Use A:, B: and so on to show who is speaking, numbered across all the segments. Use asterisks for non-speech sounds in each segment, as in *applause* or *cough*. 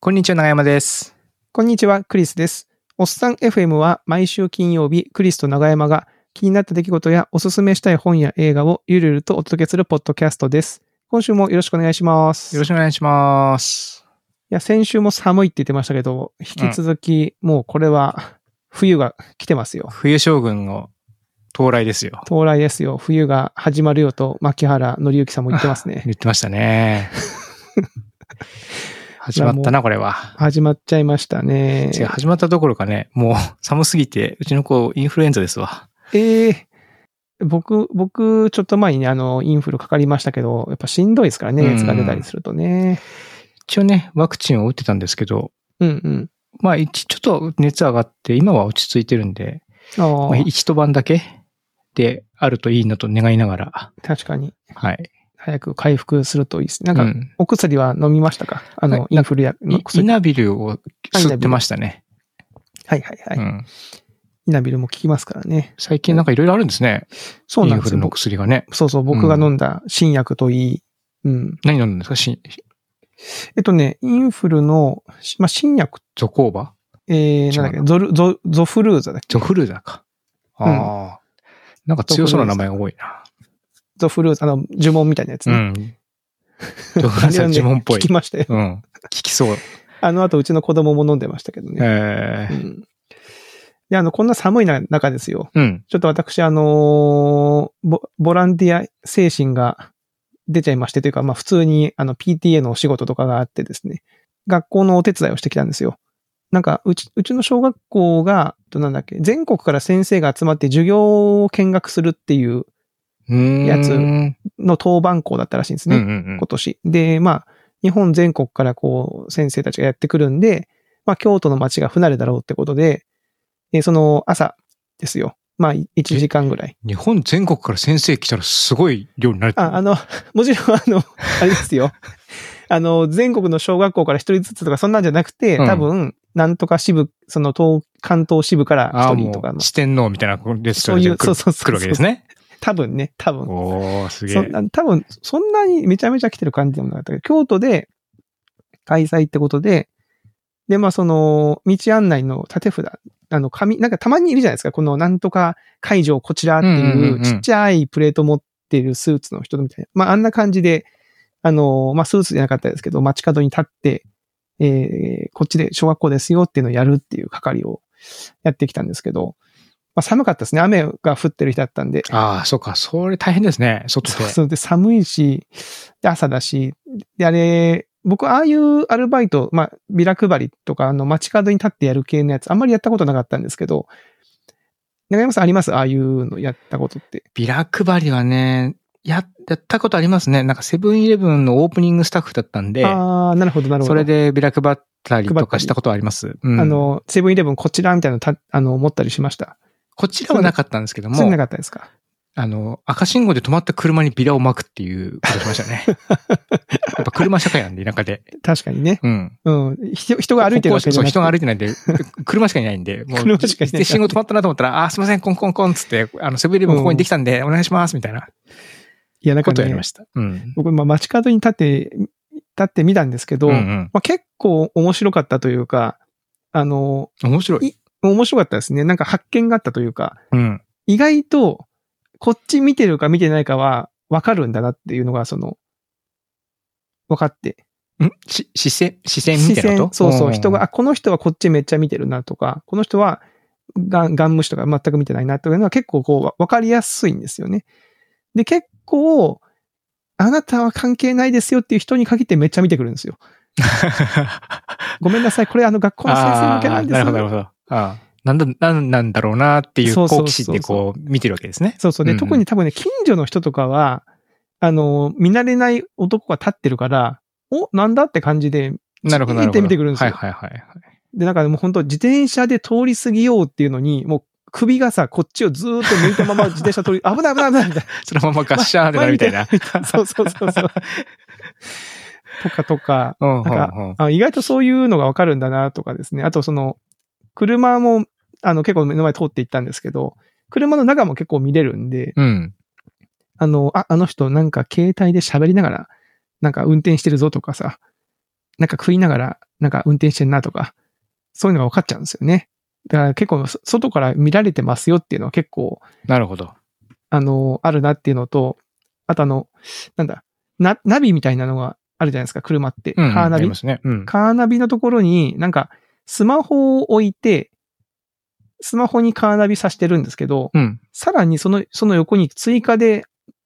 A: こんにちは、長山です。
B: こんにちは、クリスです。おっさん FM は毎週金曜日、クリスと長山が気になった出来事やおすすめしたい本や映画をゆるゆるとお届けするポッドキャストです。今週もよろしくお願いします。
A: よろ
B: い
A: しくお願いします。
B: や、先週も寒いって言ってましたけど、引き続き、もうこれは冬が来てますよ。
A: 冬将軍の到来ですよ。
B: 到来ですよ。冬が始まるよと、牧原紀之さんも言ってま
A: *laughs*
B: すね。
A: 言ってました
B: *laughs*
A: ね。始まったな、これは。
B: 始まっちゃいましたね。
A: 違う、始まったどころかね、もう寒すぎて、うちの子インフルエンザですわ。
B: ええ僕、僕、ちょっと前にね、あの、インフルかかりましたけど、やっぱしんどいですからね、熱が出たりするとね。
A: 一応ね、ワクチンを打ってたんですけど、
B: うんうん。
A: まあ、一、ちょっと熱上がって、今は落ち着いてるんで、
B: あ
A: まあ、
B: あ、
A: 一と晩だけであるといいなと願いながら、
B: 確かに。
A: はい。
B: 早く回復するといいですね。な
A: うん
B: か、
A: ん
B: お薬は飲みましたかあ
A: は
B: の
A: い、
B: インフル薬の
A: いイ
B: 薬。
A: ナビルを吸ってましたね。
B: はいはいは
A: う
B: い。
A: ん
B: イナビルも効きますからね。
A: 最近なんかいろいろあるんですね。
B: そう
A: イ
B: なん
A: ン
B: で
A: フ
B: す
A: ル
B: よ。
A: の
B: 僕
A: 薬がね。
B: そうそう、僕が飲んだ新薬といい。うん。
A: 何飲んだんですかし
B: えっとね、インフルの、しまあ、新薬、
A: ゾコーバ
B: えー、なんだっけ、ゾル、ゾ、ゾフルーザだっけ
A: ゾフルーザか。あ
B: うん
A: あ、なんか強そうな名前が多いな。
B: ゾフルーザ、あの、呪文みたいなや
A: う
B: つね。
A: ん。ゾフルー
B: あれ
A: ザ
B: はね
A: 呪文っぽ
B: *laughs* 効
A: い
B: き。ましたよ。
A: うん。聞きそう。
B: あの後、うちの子供も飲んでましたけどね。
A: え
B: う
A: え。
B: ん。で、あの、こんな寒いな中ですよ。
A: うん。
B: ちょっと私、あのーボ、ボランティア精神が出ちゃいまして、というか、まあ普通にあの PTA のお仕事とかがあってですね、学校のお手伝いをしてきたんですよ。なんか、うち、うちの小学校が、となんだっけ、全国から先生が集まって授業を見学するっていう
A: うーん。
B: やつ
A: うん
B: の当番校だったらしいんです
A: うんう
B: ね、
A: ん
B: 今。年。で、まあ、日本全国からこう、先生たちがやってくるんで、まあ京都の街が不慣れだろうってことで、えーその朝ですよ。まあ、1時間ぐらい。
A: 日本全国から先生来たらすごい量になる。
B: あ、あの、 *laughs* もちろん、あの、 *laughs* あれですよ。あの、全国の小学校から一人ずつとか、そんなんじゃなくて、
A: うん
B: 多分、なんとか支部、その東、関東支部から
A: ああ、
B: 一
A: も
B: 人とか
A: う、
B: の、
A: 四天王みたいな列
B: そういう、そうそうそう。
A: 来るわけですね。
B: 多分ね、多分。
A: おー、すげ
B: そん
A: え。
B: な、多分、そんなにめちゃめちゃ来てる感じでもなかったけど、京都で開催ってことで、で、まあ、その、道案内の縦札、あの、紙、なんかたまにいるじゃないですか、この、なんとか会場こちらって
A: うんうん
B: い
A: うんうん
B: う、ちっちゃいプレート持ってるスーツの人みたいな。まあ、あんな感じで、あの、まあ、スーツじゃなかったですけど、街角に立って、えーこっちで小学校ですよっていうのをやるっていう係をやってきたんですけど、まあ、寒かったですね。雨が降ってる日だったんで。
A: ああ、そうか。それ大変ですね。外
B: そう
A: で。
B: そう。で、寒いし、で朝だし、で、あれ、僕、ああいうアルバイト、まあ、ビラ配りとか、あの、街角に立ってやる系のやつ、あんまりやったことなかったんですけど、長山さんありますああいうのやったことって。
A: ビラ配りはね、や、やったことありますね。なんかセブンイレブンのオープニングスタッフだったんで、
B: ああ、なるほど、なるほど。
A: それ、でビラ配ったりと
B: 配った
A: か
B: り
A: したことはあります。うん
B: あの、セブンイレブンこちらみたいなのた、あの、持ったりしました。
A: こちらはなかったんですけど
B: それ
A: も、
B: なかったですか
A: あの、赤信号で止まった車にビラをまくっていうことしま
B: *laughs*
A: したね。やっぱ車社会なんで、田舎で。
B: 確かにね。
A: うん。
B: うん。ひ人が歩いてるわけじゃ
A: そう、
B: なくて
A: 人が歩いてないんで、車しかいないんで、もう、
B: 車しかいない
A: で信号止まったなと思ったら、あー、すいません、コンコンコンっつって、あの、セブンイレブンここにできたんで、お願いします、みたいない
B: や、なんか
A: ことをやり
B: ね
A: ま、した。うん。
B: 僕、まあ、街角に立って、立ってみたんですけど、
A: うんう
B: ま
A: ん。
B: あ、結構面白かったというか、あの、
A: 面白い。
B: 面白かったですね。なんか発見があったというか、
A: うん。
B: 意外と、こっち見てるか見てないかは、わかるんだなっていうのが、その、分かって。
A: んし、視線、視線みたいなこと
B: そうそう。
A: ん
B: 人が、
A: *laughs*
B: あ、この人はこっちめっちゃ見てるなとか、この人はガン、ガン無視とか全く見てないなとかいうのは結構こうわ、わかりやすいんですよね。で、結構、あなたは関係ないですよっていう人に限ってめっちゃ見てくるんですよ。ごめんなさい。これあの学校の先生向けなんです
A: あーなるほど、なるほど。ああなんだ、なんなんだろうなっていう
B: そうそ
A: 好
B: うそう
A: 奇心でこう見てるわけですね。
B: そうそう。
A: う
B: で、
A: んうん
B: 特に多分ね、近所の人とかは、あの、見慣れない男が立ってるから、お、なんだって感じで、
A: なるほど、なるほど。
B: 見て見てくるんですよ
A: はいはいはいはい。
B: で、なんかもう本当自転車で通り過ぎようっていうのに、もう首がさ、こっちをずーっと抜いたまま *laughs* 自転車通り、危ない危ない危ないみたい
A: *laughs* そのままガッシャーでなるみたいな。
B: な。そうそうそうそう。とかとか、
A: うん、うん、う
B: なん
A: ん。
B: あ意外とそういうのがわかるんだなとかですね。あとその、車も、あの、結構目の前通っていったんですけど、車の中も結構見れるんで、
A: うん。
B: あの、あ、あの人なんか携帯で喋りながら、なんか運転してるぞとかさ、なんか食いながら、なんか運転してんなとか、そういうのが分かっちゃうんですよね。だから結構、そ外から見られてますよっていうのは結構、
A: なるほど。
B: あの、あるなっていうのと、あとあの、なんだ、な、ナビみたいなのがあるじゃないですか、車って。
A: うん、
B: カーナ
A: あり
B: ビ
A: ますね。うん。
B: カーナビのところに、なんか、スマホを置いて、スマホにカーナビさしてるんですけど、
A: うん。
B: さらにその、その横に追加で、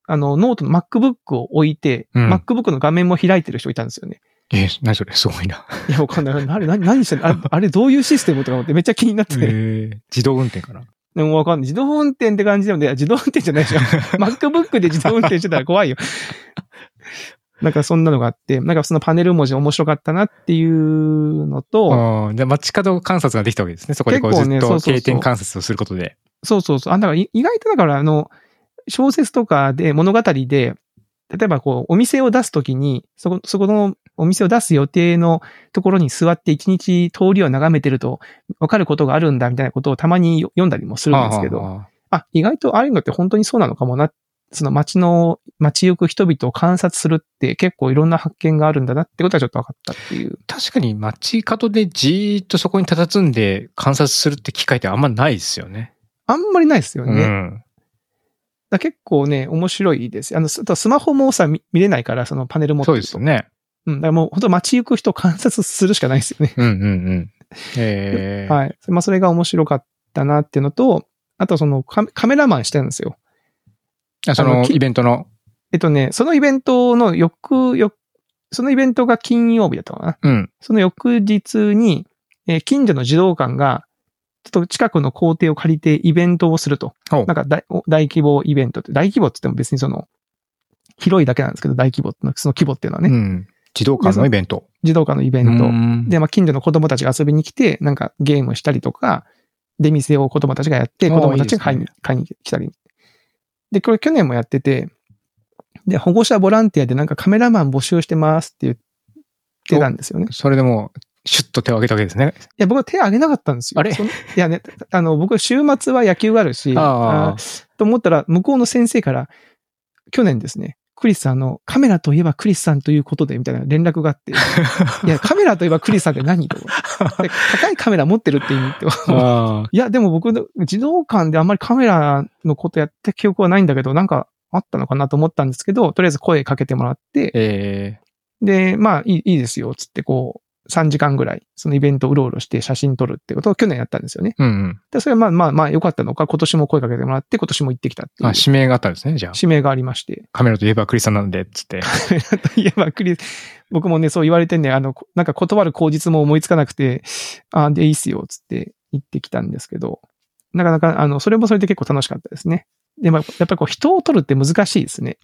B: あの、ノートの MacBook を置いて、
A: うん
B: MacBook の画面も開いてる人いたんですよ
A: *laughs*
B: ね。
A: えー、何それすごいな。
B: いや、わかんない。あれ、何、何してんのあれ、あれどういうシステムとか思ってめっちゃ気になって。
A: えー、自動運転かな。
B: でもわかんない。自動運転って感じでも、いや、自動運転じゃないでし
A: *laughs*
B: ょ。MacBook で自動運転してたら怖いよ。なんかそんなのがあって、なんかそのパネル文字面白かったなっていうのと、
A: ああ、じゃあ街角観察ができたわけですね。そこでこうず
B: 結
A: っ
B: 構ねそ
A: と
B: うそうそう
A: 経点観察をすることで。
B: そうそうそう。あ、だからい意外とだから、あの、小説とかで物語で、例えばこう、お店を出すときに、そこ、そこのお店を出す予定のところに座って一日通りを眺めてると分かることがあるんだみたいなことをたまに読んだりもするんですけ
A: あー
B: ど、
A: あーあ
B: あ、意外とああいうのって本当にそうなのかもな。その街の、街行く人々を観察するって結構いろんな発見があるんだなってことはちょっと分かったっていう。
A: ー確かに街角でじーっとそこに佇んで観察するって機会ってあんまないですよね。
B: あんまりないですよね。
A: うん。
B: だから結構ね、面白いです。あの、すあとスマホもさ、見見れないから、そのパネル持って
A: そう
B: る
A: で
B: と
A: すよね。
B: うん、だからもう本当街行く人を観察するしかないですよね。
A: うんうんうん。えー、
B: はい。まあそれが面白かったなっていうのと、あとそのカメカメラマンしてるんですよ。
A: あそ
B: あ
A: の
B: のき
A: イベントの。
B: えっとね、そのイベントの翌、翌、そのイベントが金曜日だったかな。
A: うん。
B: その翌日に、えー近所の児童館が、ちょっと近くの校庭を借りてイベントをすると。
A: ほう
B: なんか大お大規模イベントって、大規模って言っても別にその、広いだけなんですけど、大規模ってのはその規模っていうのは
A: う
B: ね、
A: ん。自動館のイベント。
B: 児童館のイベ
A: う
B: ント。
A: ん
B: で、まあ、近所の子供たちが遊びに来て、なんかゲームしたりとか、出店を子供たちがやって、
A: ああ
B: 子供たちが買いに
A: いい
B: 買いに来たり。で、これ去年もやってて、で、保護者ボランティアでなんかカメラマン募集してますって言ってたんですよね。い
A: それでもう、シュッと手を挙げたわけですね。
B: や、僕は手挙げなかったんですよ。
A: あれ
B: そのいやね、あの、僕週末は野球があるし、
A: あ
B: あーと思ったら、向こうの先生から、去年ですね、クリスさんの、カメラといえばクリスさんということで、みたいな連絡があって、いや、カメラといえばクリスさんって何と思って。で高いカメラ持ってるって意味って。
A: ああ。
B: いや、でも僕の、児童館であんまりカメラのことやった記憶はないんだけど、なんかあったのかなと思ったんですけど、とりあえず声かけてもらって、
A: え
B: で、まあ、いいいいですよ、つってこう、3時間ぐらい、そのイベントをうろうろして写真撮るってことを去年やったんですよね。
A: ー、うん
B: で、それはまあまあまあ良かったのか、今年も声かけてもらって、今年も行ってきたって
A: うん。
B: い
A: あ、
B: う
A: 指名があったんですね、じゃあ。
B: 指名がありまして。
A: カメラといえばクリスさんなんで、つ
B: *laughs*
A: って。
B: といえば、クリス、僕もね、そう言われてね、あの、こなんか断る口実も思いつかなくて、あ、で、いいっすよ、つって言ってきたんですけど、なかなか、あの、それもそれで結構楽しかったですね。で、まあ、やっぱりこう、人を取るって難しいですね。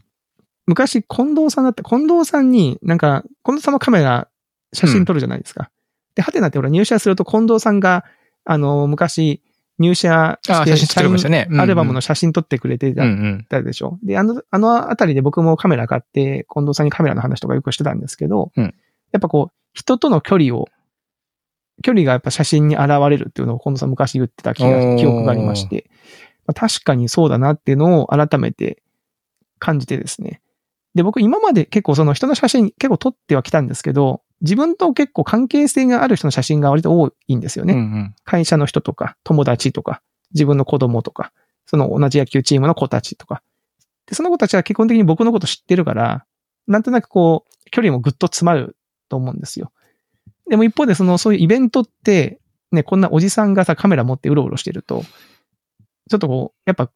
B: 昔、近藤さんだった、近藤さんに、なんか、近藤さんもカメラ、写真撮るじゃないですか。で、ハテナってほら、入社すると近藤さんが、あの、昔、入社
A: あ
B: し
A: あ、
B: て、
A: 写真撮りましたね。うんうん
B: アルバムの写真撮ってくれてた
A: うんうん。
B: ったでしょ。で、あの、あのあたりで僕もカメラ買って、近藤さんにカメラの話とかよくしてたんですけど、
A: うん
B: やっぱこう、人との距離を、距離がやっぱ写真に現れるっていうのを近藤さん昔言ってた気
A: おー
B: が、記憶がありまして、まあ確かにそうだなっていうのを改めて感じてですね。で、僕今まで結構その人の写真結構撮ってはきたんですけど、自分と結構関係性がある人の写真が割と多いんですよね。
A: うんうん。
B: 会社の人とか、友達とか、自分の子供とか、その同じ野球チームの子たちとか。で、その子たちは基本的に僕のこと知ってるから、なんとなくこう、距離もぐっと詰まると思うんですよ。でも一方で、その、そういうイベントって、ね、こんなおじさんがさ、カメラ持ってうろうろしてると、ちょっとこう、やっぱ、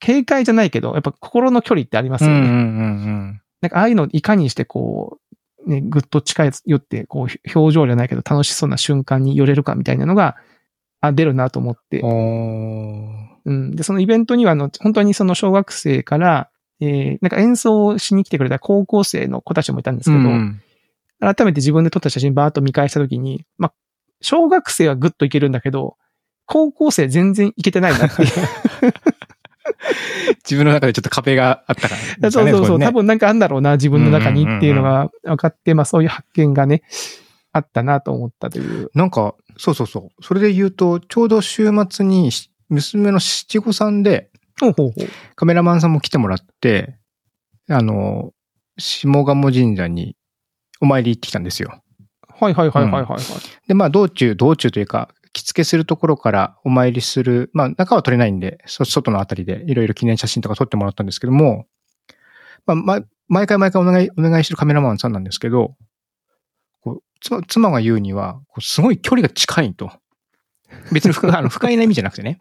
B: 警戒じゃないけど、やっぱ心の距離ってあります
A: うん
B: よ
A: う
B: ね。
A: んうん
B: なんかああいうのをいかにしてこう、ね、ぐっと近寄って、こう、ひ表情じゃないけど楽しそうな瞬間に寄れるかみたいなのが、あ、出るなと思って
A: うん。。おー
B: うん。で、そのイベントには、あの、本当にその小学生から、えー、なんか演奏をしに来てくれた高校生の子たちもいたんですけど、
A: うん
B: 改めて自分で撮った写真バーッと見返したときに、まあ、小学生はぐっといけるんだけど、高校生全然いけてないなっていう。
A: 自分の中でちょっと壁があったからですかね。
B: そうそう
A: こ
B: そう。
A: にね
B: 多分なんかあんだろうな、自分の中にっていうのが分かって、まあそういう発見がね、あったなと思ったという。
A: なんか、そうそうそう。それで言うと、ちょうど週末にし娘の七五三で
B: ほうほうほう。
A: カメラマンさんも来てもらって、あの、下鴨神社にお参り行ってきたんですよ。
B: はいはいはいはいはいはい。
A: で、まあ、道中、道中というか、着付けするところからお参りする、まあ、中は撮れないんで、そ外のあたりでいろいろ記念写真とか撮ってもらったんですけども、まあ、ま、毎回毎回お願い、お願いしてるカメラマンさんなんですけど、こう妻妻が言うには、こうすごい距離が近いと。別に不 *laughs* あの不快な意味じゃなくて
B: *laughs*
A: ね。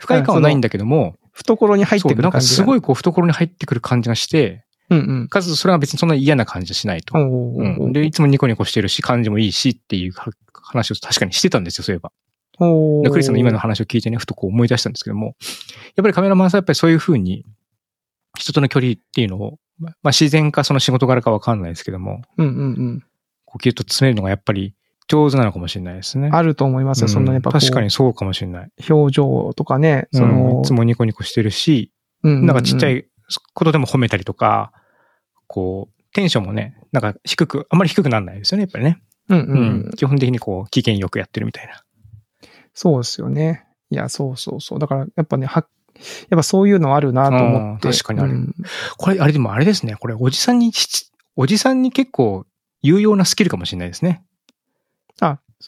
A: 不快感はないんだけども、
B: 懐に入っ
A: そう
B: てく
A: なんか
B: る感じ
A: すご
B: い。
A: いこう懐に入ってくる感じがして、
B: うん
A: かつそれは別にそんな嫌な感じはしないと
B: うん。。お
A: う
B: ー
A: ん、で、いつもニコニコしてるし、感じもいいしっていうは話を確かにしてたんですよ、そういえば。
B: お
A: で
B: ー
A: クリスの今の話を聞いてね、ふとこう思い出したんですけども、やっぱりカメラマンさんはやっぱりそういうふうに、人との距離っていうのを、ままあ自然かその仕事柄かわかんないですけども、
B: うんうんうん。
A: こうギュッと詰めるのがやっぱり上手なのかもしれないですね。
B: あると思いますよ。そんなやっぱ
A: う
B: こ
A: ん
B: う
A: 確かにそうかもしれない。
B: 表情とかね、そ
A: うん
B: の
A: いつ、もニコニコしてるし、
B: ううう
A: なんかちっちゃ。いことでも褒めたりとか、こう、テンションもね、なんか低く、あんまり低くならないですよね、やっぱりね。
B: うんうんう
A: うんん。基本的にこう、機嫌よくやってるみたいな。
B: そうですよね。いや、そうそうそう。だから、やっぱね、は、やっぱそういうのあるなと思って。
A: うん確かにある
B: うん
A: これ、あれでもあれですね。これ、おじさんにし、おじさんに結構有用なスキルかもしれないですね。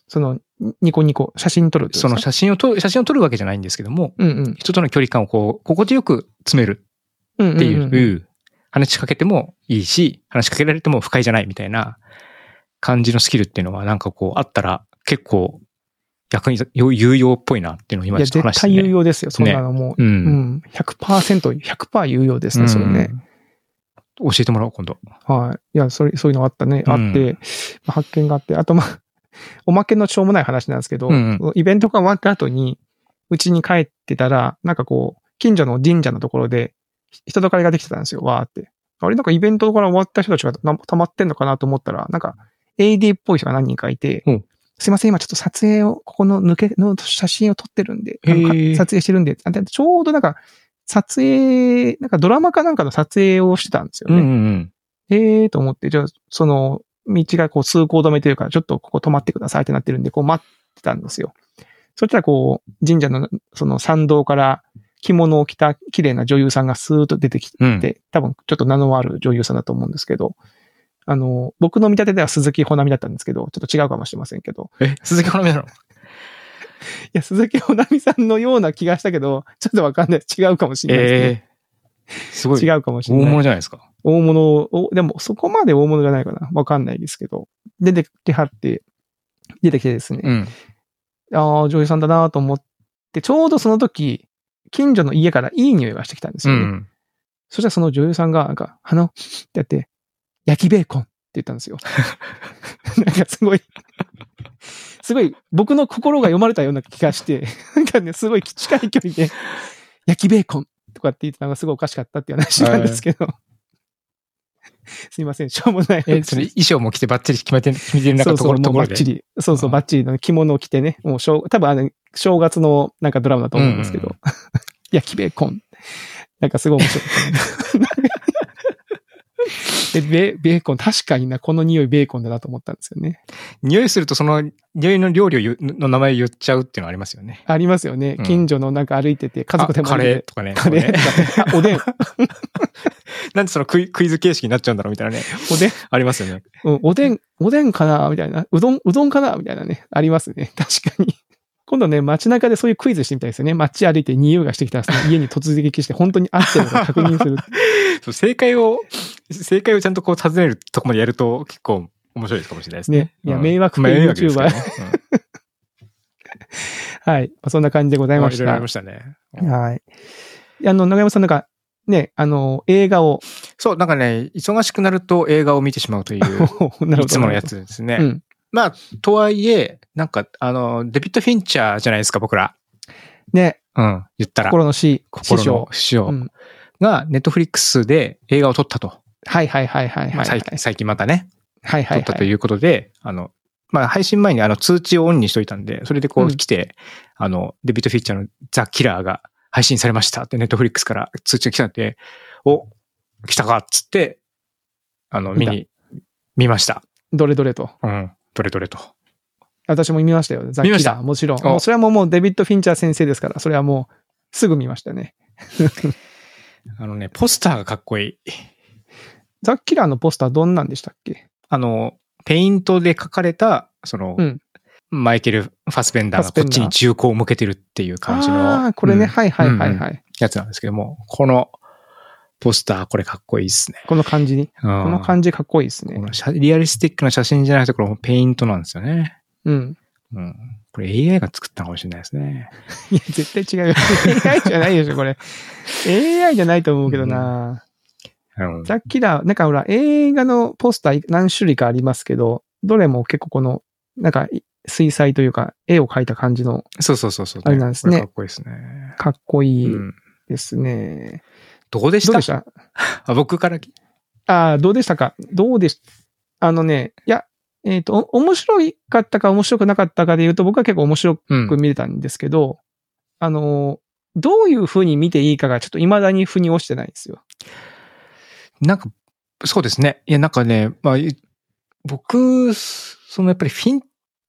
B: その、ニコニコ、写真撮るってこと
A: その
B: ですか
A: 写真を撮る、写真を撮るわけじゃないんですけども、
B: うんうん。
A: 人との距離感をこう、心地よく詰める
B: っ
A: っていう、話しかけてもいいし、話しかけられても不快じゃないみたいな感じのスキルっていうのは、なんかこう、あったら結構、役に立有用っぽいなっていうのを今
B: い
A: ちょっ
B: や、
A: と話
B: 絶
A: して、
B: 対
A: ね。
B: 有用ですよ。そんなのも
A: う。
B: う。うんん。100%、100%有用ですね、それね。
A: うん。教えてもらおう、今度。
B: はい。いや、それ、そういうのあったね。
A: うん
B: あって、まあ発見があって。あと、まあ、 *laughs* おまけのしょうもない話なんですけど、
A: うんうん
B: そのイベントが終わった後に、うちに帰ってたら、なんかこう、近所の神社のところで、ひ人だかりができてたんですよ、わーって。あれ、なんかイベントから終わった人たちがな溜まってんのかなと思ったら、なんか、AD っぽい人が何人かいて、
A: うん
B: すいません、今ちょっと撮影を、ここの抜けの写真を撮ってるんで、あのか
A: へー
B: 撮影してるんで、あでちょうどなんか、撮影、なんかドラマかなんかの撮影をしてたんですよね。
A: ん
B: ええー、と思って、じゃあ、その、道がこう通行止めというか、ちょっとここ止まってくださいってなってるんで、こう待ってたんですよ。そしたらこう、神社のその参道から着物を着た綺麗な女優さんがスーッと出てき
A: うん。うん。
B: て、多分ちょっと名のある女優さんだと思うんですけど、あの、僕の見立てでは鈴木ほなみだったんですけど、ちょっと違うかもしれませんけど、
A: え、鈴木好みなの
B: いや、鈴木ほなみさんのような気がしたけど、ちょっとわかんない。違うかもしれないですね。
A: ええすごい。
B: 違うかもし
A: 大
B: れない。
A: 物じゃないですか。
B: 大物を、でもそこまで大物じゃないかな。わかんないですけど。出てきはって、出てきてですね。
A: ん。
B: ああ、女優さんだなと思って、ちょうどその時、近所の家からいい匂いがしてきたんです
A: う
B: よね。
A: ん。
B: そしたらその女優さんが、なんか、あの、ってやって、焼きベーコンって言ったんで
A: *laughs*
B: すよ。なんかすごい、すごい僕の心が読まれたような気がして、なんかね、すごい近い距離で、焼きベーコンとかって言ってたのがすごいおかしかったっていう話なんですけど。すいません、しょうもない話
A: え、それ衣装も着てバッチリ決めて、決めてる
B: そ
A: 中
B: う
A: と
B: そ
A: こ
B: う、
A: ろ
B: も
A: と
B: う
A: こ
B: バ
A: ろ
B: ッ
A: で。
B: チリ。そうそ
A: あ
B: う、
A: ー
B: バッチリの着物を着てね、もうしょう、多分あの、正月のなんかドラマだと思うんですけど、
A: うん
B: 焼きベーコン。なんかすごい面白い。で、ベベーコン、確かにな、この匂いベーコンだなと思ったんですよね。
A: 匂いするとその匂いの料理を言うの名前言っちゃうっていうのはありますよね。
B: ありますよね
A: う。ん
B: 近所のなんか歩いてて、家族でも
A: あカ
B: 歩い
A: レー
B: てて
A: とかね。
B: カレー
A: これね *laughs*
B: とかね、あおでん、
A: なんでそのクイクイズ形式になっちゃうんだろうみたい *laughs* なね。
B: おでん、
A: ありますよね。
B: うん、おでん、おでんかなみたいな。うどん、うどんかなみたいなね。ありますね。確かに。今度ね、街中でそういうクイズしてみたいですよね。街歩いて匂いがしてきたら、その家に突撃して本当に合ってるのか確認する。
A: そう正解を、正解をちゃんとこう尋ねるとこまでやると結構面白いかもしれないですね。
B: ねいや
A: *laughs* うん
B: 迷惑系
A: 迷惑ですからね *laughs*
B: はい。まあそんな感じでござ
A: う
B: い
A: ん
B: ま
A: い
B: し
A: ろいろあ
B: た。
A: りましたね。
B: はい。いやあの、長山さんなんか、ね、あの、映画を、 *laughs*
A: そう、なんかね、忙しくなると映画を見てしまうとい *laughs*
B: なる
A: う、
B: ほどなるほど
A: いつものやつですね。
B: うん。
A: まあ、とはいえ、なんか、あの、デビッド・フィンチャーじゃないですか、僕ら。
B: ね、
A: うん、言ったら。
B: 心の師、師
A: 心
B: 匠
A: の。師匠
B: うん
A: が、ネットフリックスで映画を撮ったと。
B: はいはいはいはいはい。
A: まあ最近最近またね、
B: はい
A: 撮
B: はい
A: ったと
B: はい。
A: いうことで、あの、まあ、配信前にあの通知をオンにしといたんで、それでこ
B: う
A: うん来て、あの、デビッド・フィッチャーのザ・キラーが配信されましたって、ネットフリックスから通知が来たんで、お、来たかっつって、あの、
B: 見
A: 見
B: た
A: に、見ました。
B: どれどれと。
A: うん、どれどれと。
B: 私も見ましたよ。ザ・
A: 見ま
B: キ
A: した
B: ラー。もちろん。
A: お
B: もうそれはもうもうデビッド・フィンチャー先生ですから、それはもうすぐ見ましたね。
A: あのね、ポスターがかっこいい。
B: ザ・キラーのポスターどんなんでしたっけ
A: あの、ペイントで書かれた、その、
B: うん
A: マイケル・ファスベンダーが
B: ファスベ
A: こっ
B: ンダー
A: ちに銃口を向けてるっていう感じの。
B: ああ、これね、
A: うん
B: はいはいはい
A: うん
B: はい。
A: やつなんですけども、このポスター、これかっこいいですね。
B: この感じに。
A: こ
B: この感じかっこいいですね
A: こ。の写リアリスティックな写真じゃなくて、これペイントなんですよね。
B: うん。
A: うん。これ AI が作ったのかもしれないですね。
B: いや、絶対違うよ。AI *laughs* じゃないでしょ、これ。AI じゃないと思うけどな。
A: うん。
B: さっきだ、なんかほら、映画のポスター何種類かありますけど、どれも結構この、なんか、い水彩というか、絵を描いた感じの
A: そうそうそうそう、
B: あれなんですね
A: これかっこいいですね。
B: かっこいうい
A: ん。
B: ですね。
A: どうでした
B: どうでした
A: あ僕からき、
B: ああ、どうでしたかどうでしあのね、いや、えっ、と、お面白かったか面白くなかったかで言うと、僕は結構面白
A: う
B: く
A: ん。
B: 見れたんですけど、あの、どういう風に見ていいかがちょっと未だに腑に落ちてないんですよ。
A: なんか、そうですね。いや、なんかね、まあ、い僕、そのやっぱりフィン、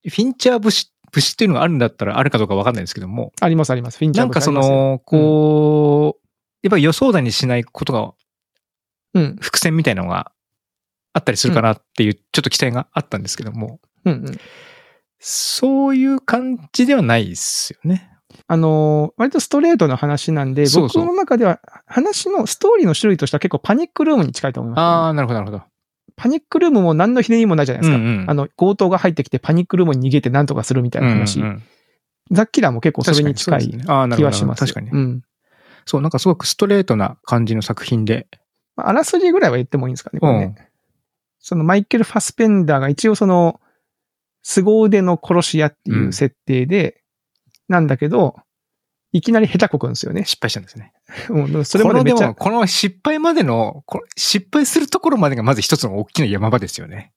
A: フィンチャー節、節っていうのがあるんだったらあるかどうかわかんないですけども、
B: ありますあります。フィンチャ
A: な
B: ー
A: ん
B: ブ
A: か
B: スあ
A: そ
B: りますよ
A: の、こう、やっぱり予想だにしないことが
B: うん。
A: 伏線みたいなのがあったりするかなっていう、ちょっと期待があったんですけども、
B: うんうん。
A: そういう感じではないですよね。
B: あの、割とストレートな話なんで、
A: そうそう
B: 僕の中では話のストーリーの種類としては結構パニックルームに近いと思います、
A: ああ、なるほど、なるほど。
B: パニックルームも何のひねりもないじゃないですか。
A: うんうん
B: あの、強盗が入ってきてパニックルームに逃げて何とかするみたいな話。
A: うんうんうん
B: ザッキラーも結構それに近
A: 確か
B: い
A: そうですねあーなる
B: 気
A: ほ
B: は
A: ど
B: します。
A: 確かに
B: う。ん。
A: そう、なんかすごくストレートな感じの作品で。
B: まああらすじぐらいは言ってもいいんですかね、これね。
A: うん
B: そのマイケル・ファスペンダーが一応その、凄腕の殺し屋っていう
A: うん
B: 設定で、なんだけど、いきなり下手こくんですよね。 *laughs*
A: 失敗したんですね。
B: うん、でもそ
A: そ
B: れ
A: れ
B: ま
A: ま
B: で
A: で
B: め
A: で
B: っちゃ
A: も、、この失敗までの、こ失敗するところまでがまず一つの大きな山場ですよね。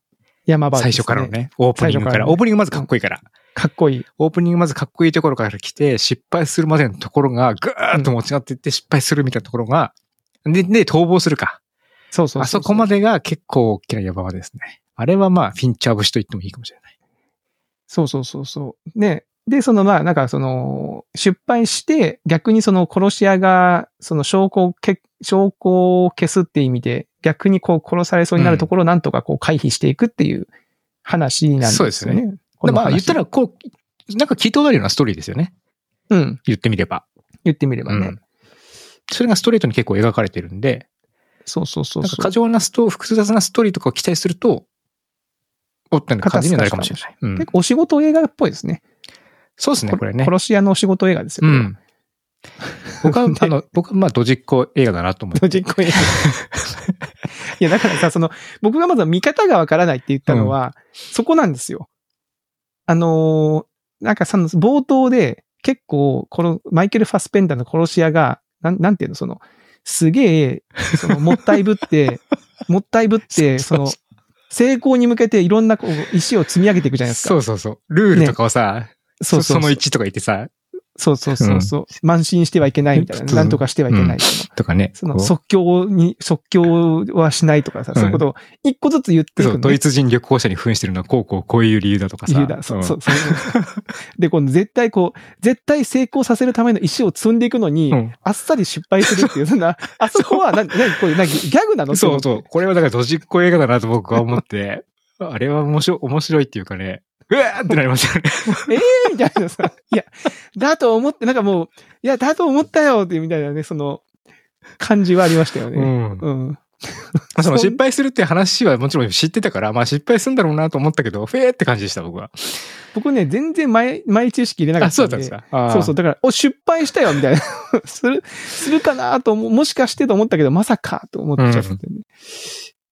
B: 山場です、
A: 最初からの。ね。オープニング
B: 最初
A: か。
B: かららね
A: オープニングまずかっこいいから。
B: かっこいい。
A: オープニングまずかっこいいところから来て、失敗するまでのところがぐーっと持ち上がっていって失敗するみたいなところが、で、で、逃亡するか。
B: そうそうう
A: あそこま
B: で。
A: でが結構大きな山場ですね。あれはまあ、フィンチャー節と言ってもいいかもしれない。
B: そうそうそうそう。ね。で、そのまあ、なんかその、失敗して、逆にその殺し屋が、その証拠をけ、証拠を消すっていう意味で、逆にこう殺されそうになるところをなんとかこう回避していくっていう話なんですよね。
A: そうですね
B: こ
A: で
B: の話
A: まあ、言ったら、こう、なんか聞いたことあるようなストーリーですよね。
B: うん。
A: 言ってみれば。
B: 言ってみればね。
A: うんそれがストレートに結構描かれてるんで、
B: そうそうそう
A: なん
B: そ
A: か
B: う。
A: 過剰なストー、複雑なストーリーとかを期待すると、おってな感じになるかもしれない。うん
B: 結構お仕事映画っぽいですね。
A: そうですね、
B: こ
A: これね。
B: 殺し屋のお仕事映画です
A: う *laughs*
B: よ。
A: ん。僕は
B: で、
A: あの、僕はまあ、ドジっ子映画だなと思って。
B: ドジっ子
A: *laughs*
B: 映画いや、だからさ、その、僕がまず見方がわからないって言ったのは、そこなんですよ。あのーなんかその、冒頭で、結構、この、マイケル・ファスペンダーの殺し屋が、なん、なんていうの、その、すげえ、その、もったい
A: *laughs*
B: ぶって、もったいぶって、その
A: そう、
B: 成功に向けていろんなこう石を積み上げていくじゃないですか。
A: そうそうそう。ルールとかをさ、そその1とか言ってさ、
B: そうそうそうそう。慢心してはいけないみたいな。
A: うん
B: なんとかしてはいけないとか。
A: とかね。
B: その
A: こう
B: 即興に、即興はしないとかさ、
A: うん
B: そういうことを一個ずつ言ってい
A: そ
B: く
A: う、ド
B: の
A: イ
B: ね。
A: ツ人旅行者に扮してるのはこうこうこういう理由だとかさ。
B: 理由だ。そううんそうそう。で、今度絶対こう、絶対成功させるための石を積んでいくのに、
A: うん
B: あっさり失敗するっていう、そ
A: *laughs*
B: んな、あそこは、な、な、これ、な、ギャグなの
A: そうそう。これはだからドジっ子映画だなと僕は思 *laughs* って、あれは面白い、面白いっていうかね、うわーってなりましたよね。
B: う。みたいなさ、いや、だと思って、なんかもう、いや、だと思ったよって、みたいなね、その、感じはありましたよ
A: う
B: ね。
A: ん。ま
B: うん。
A: あその
B: そう
A: 失敗するって話はもちろん知ってたから、まあ失敗するんだろうなと思ったけど、フェーって感じでした僕は。
B: 僕ね、全然前、前知識入れなか
A: あ、
B: っ
A: そ
B: た
A: うん
B: で。
A: だったんですか。あー
B: そうそう。だから、お、失敗したよ、みたいな。 *laughs* する、するかなと思う、もしかしてと思ったけど、まさかと思っちゃって、ね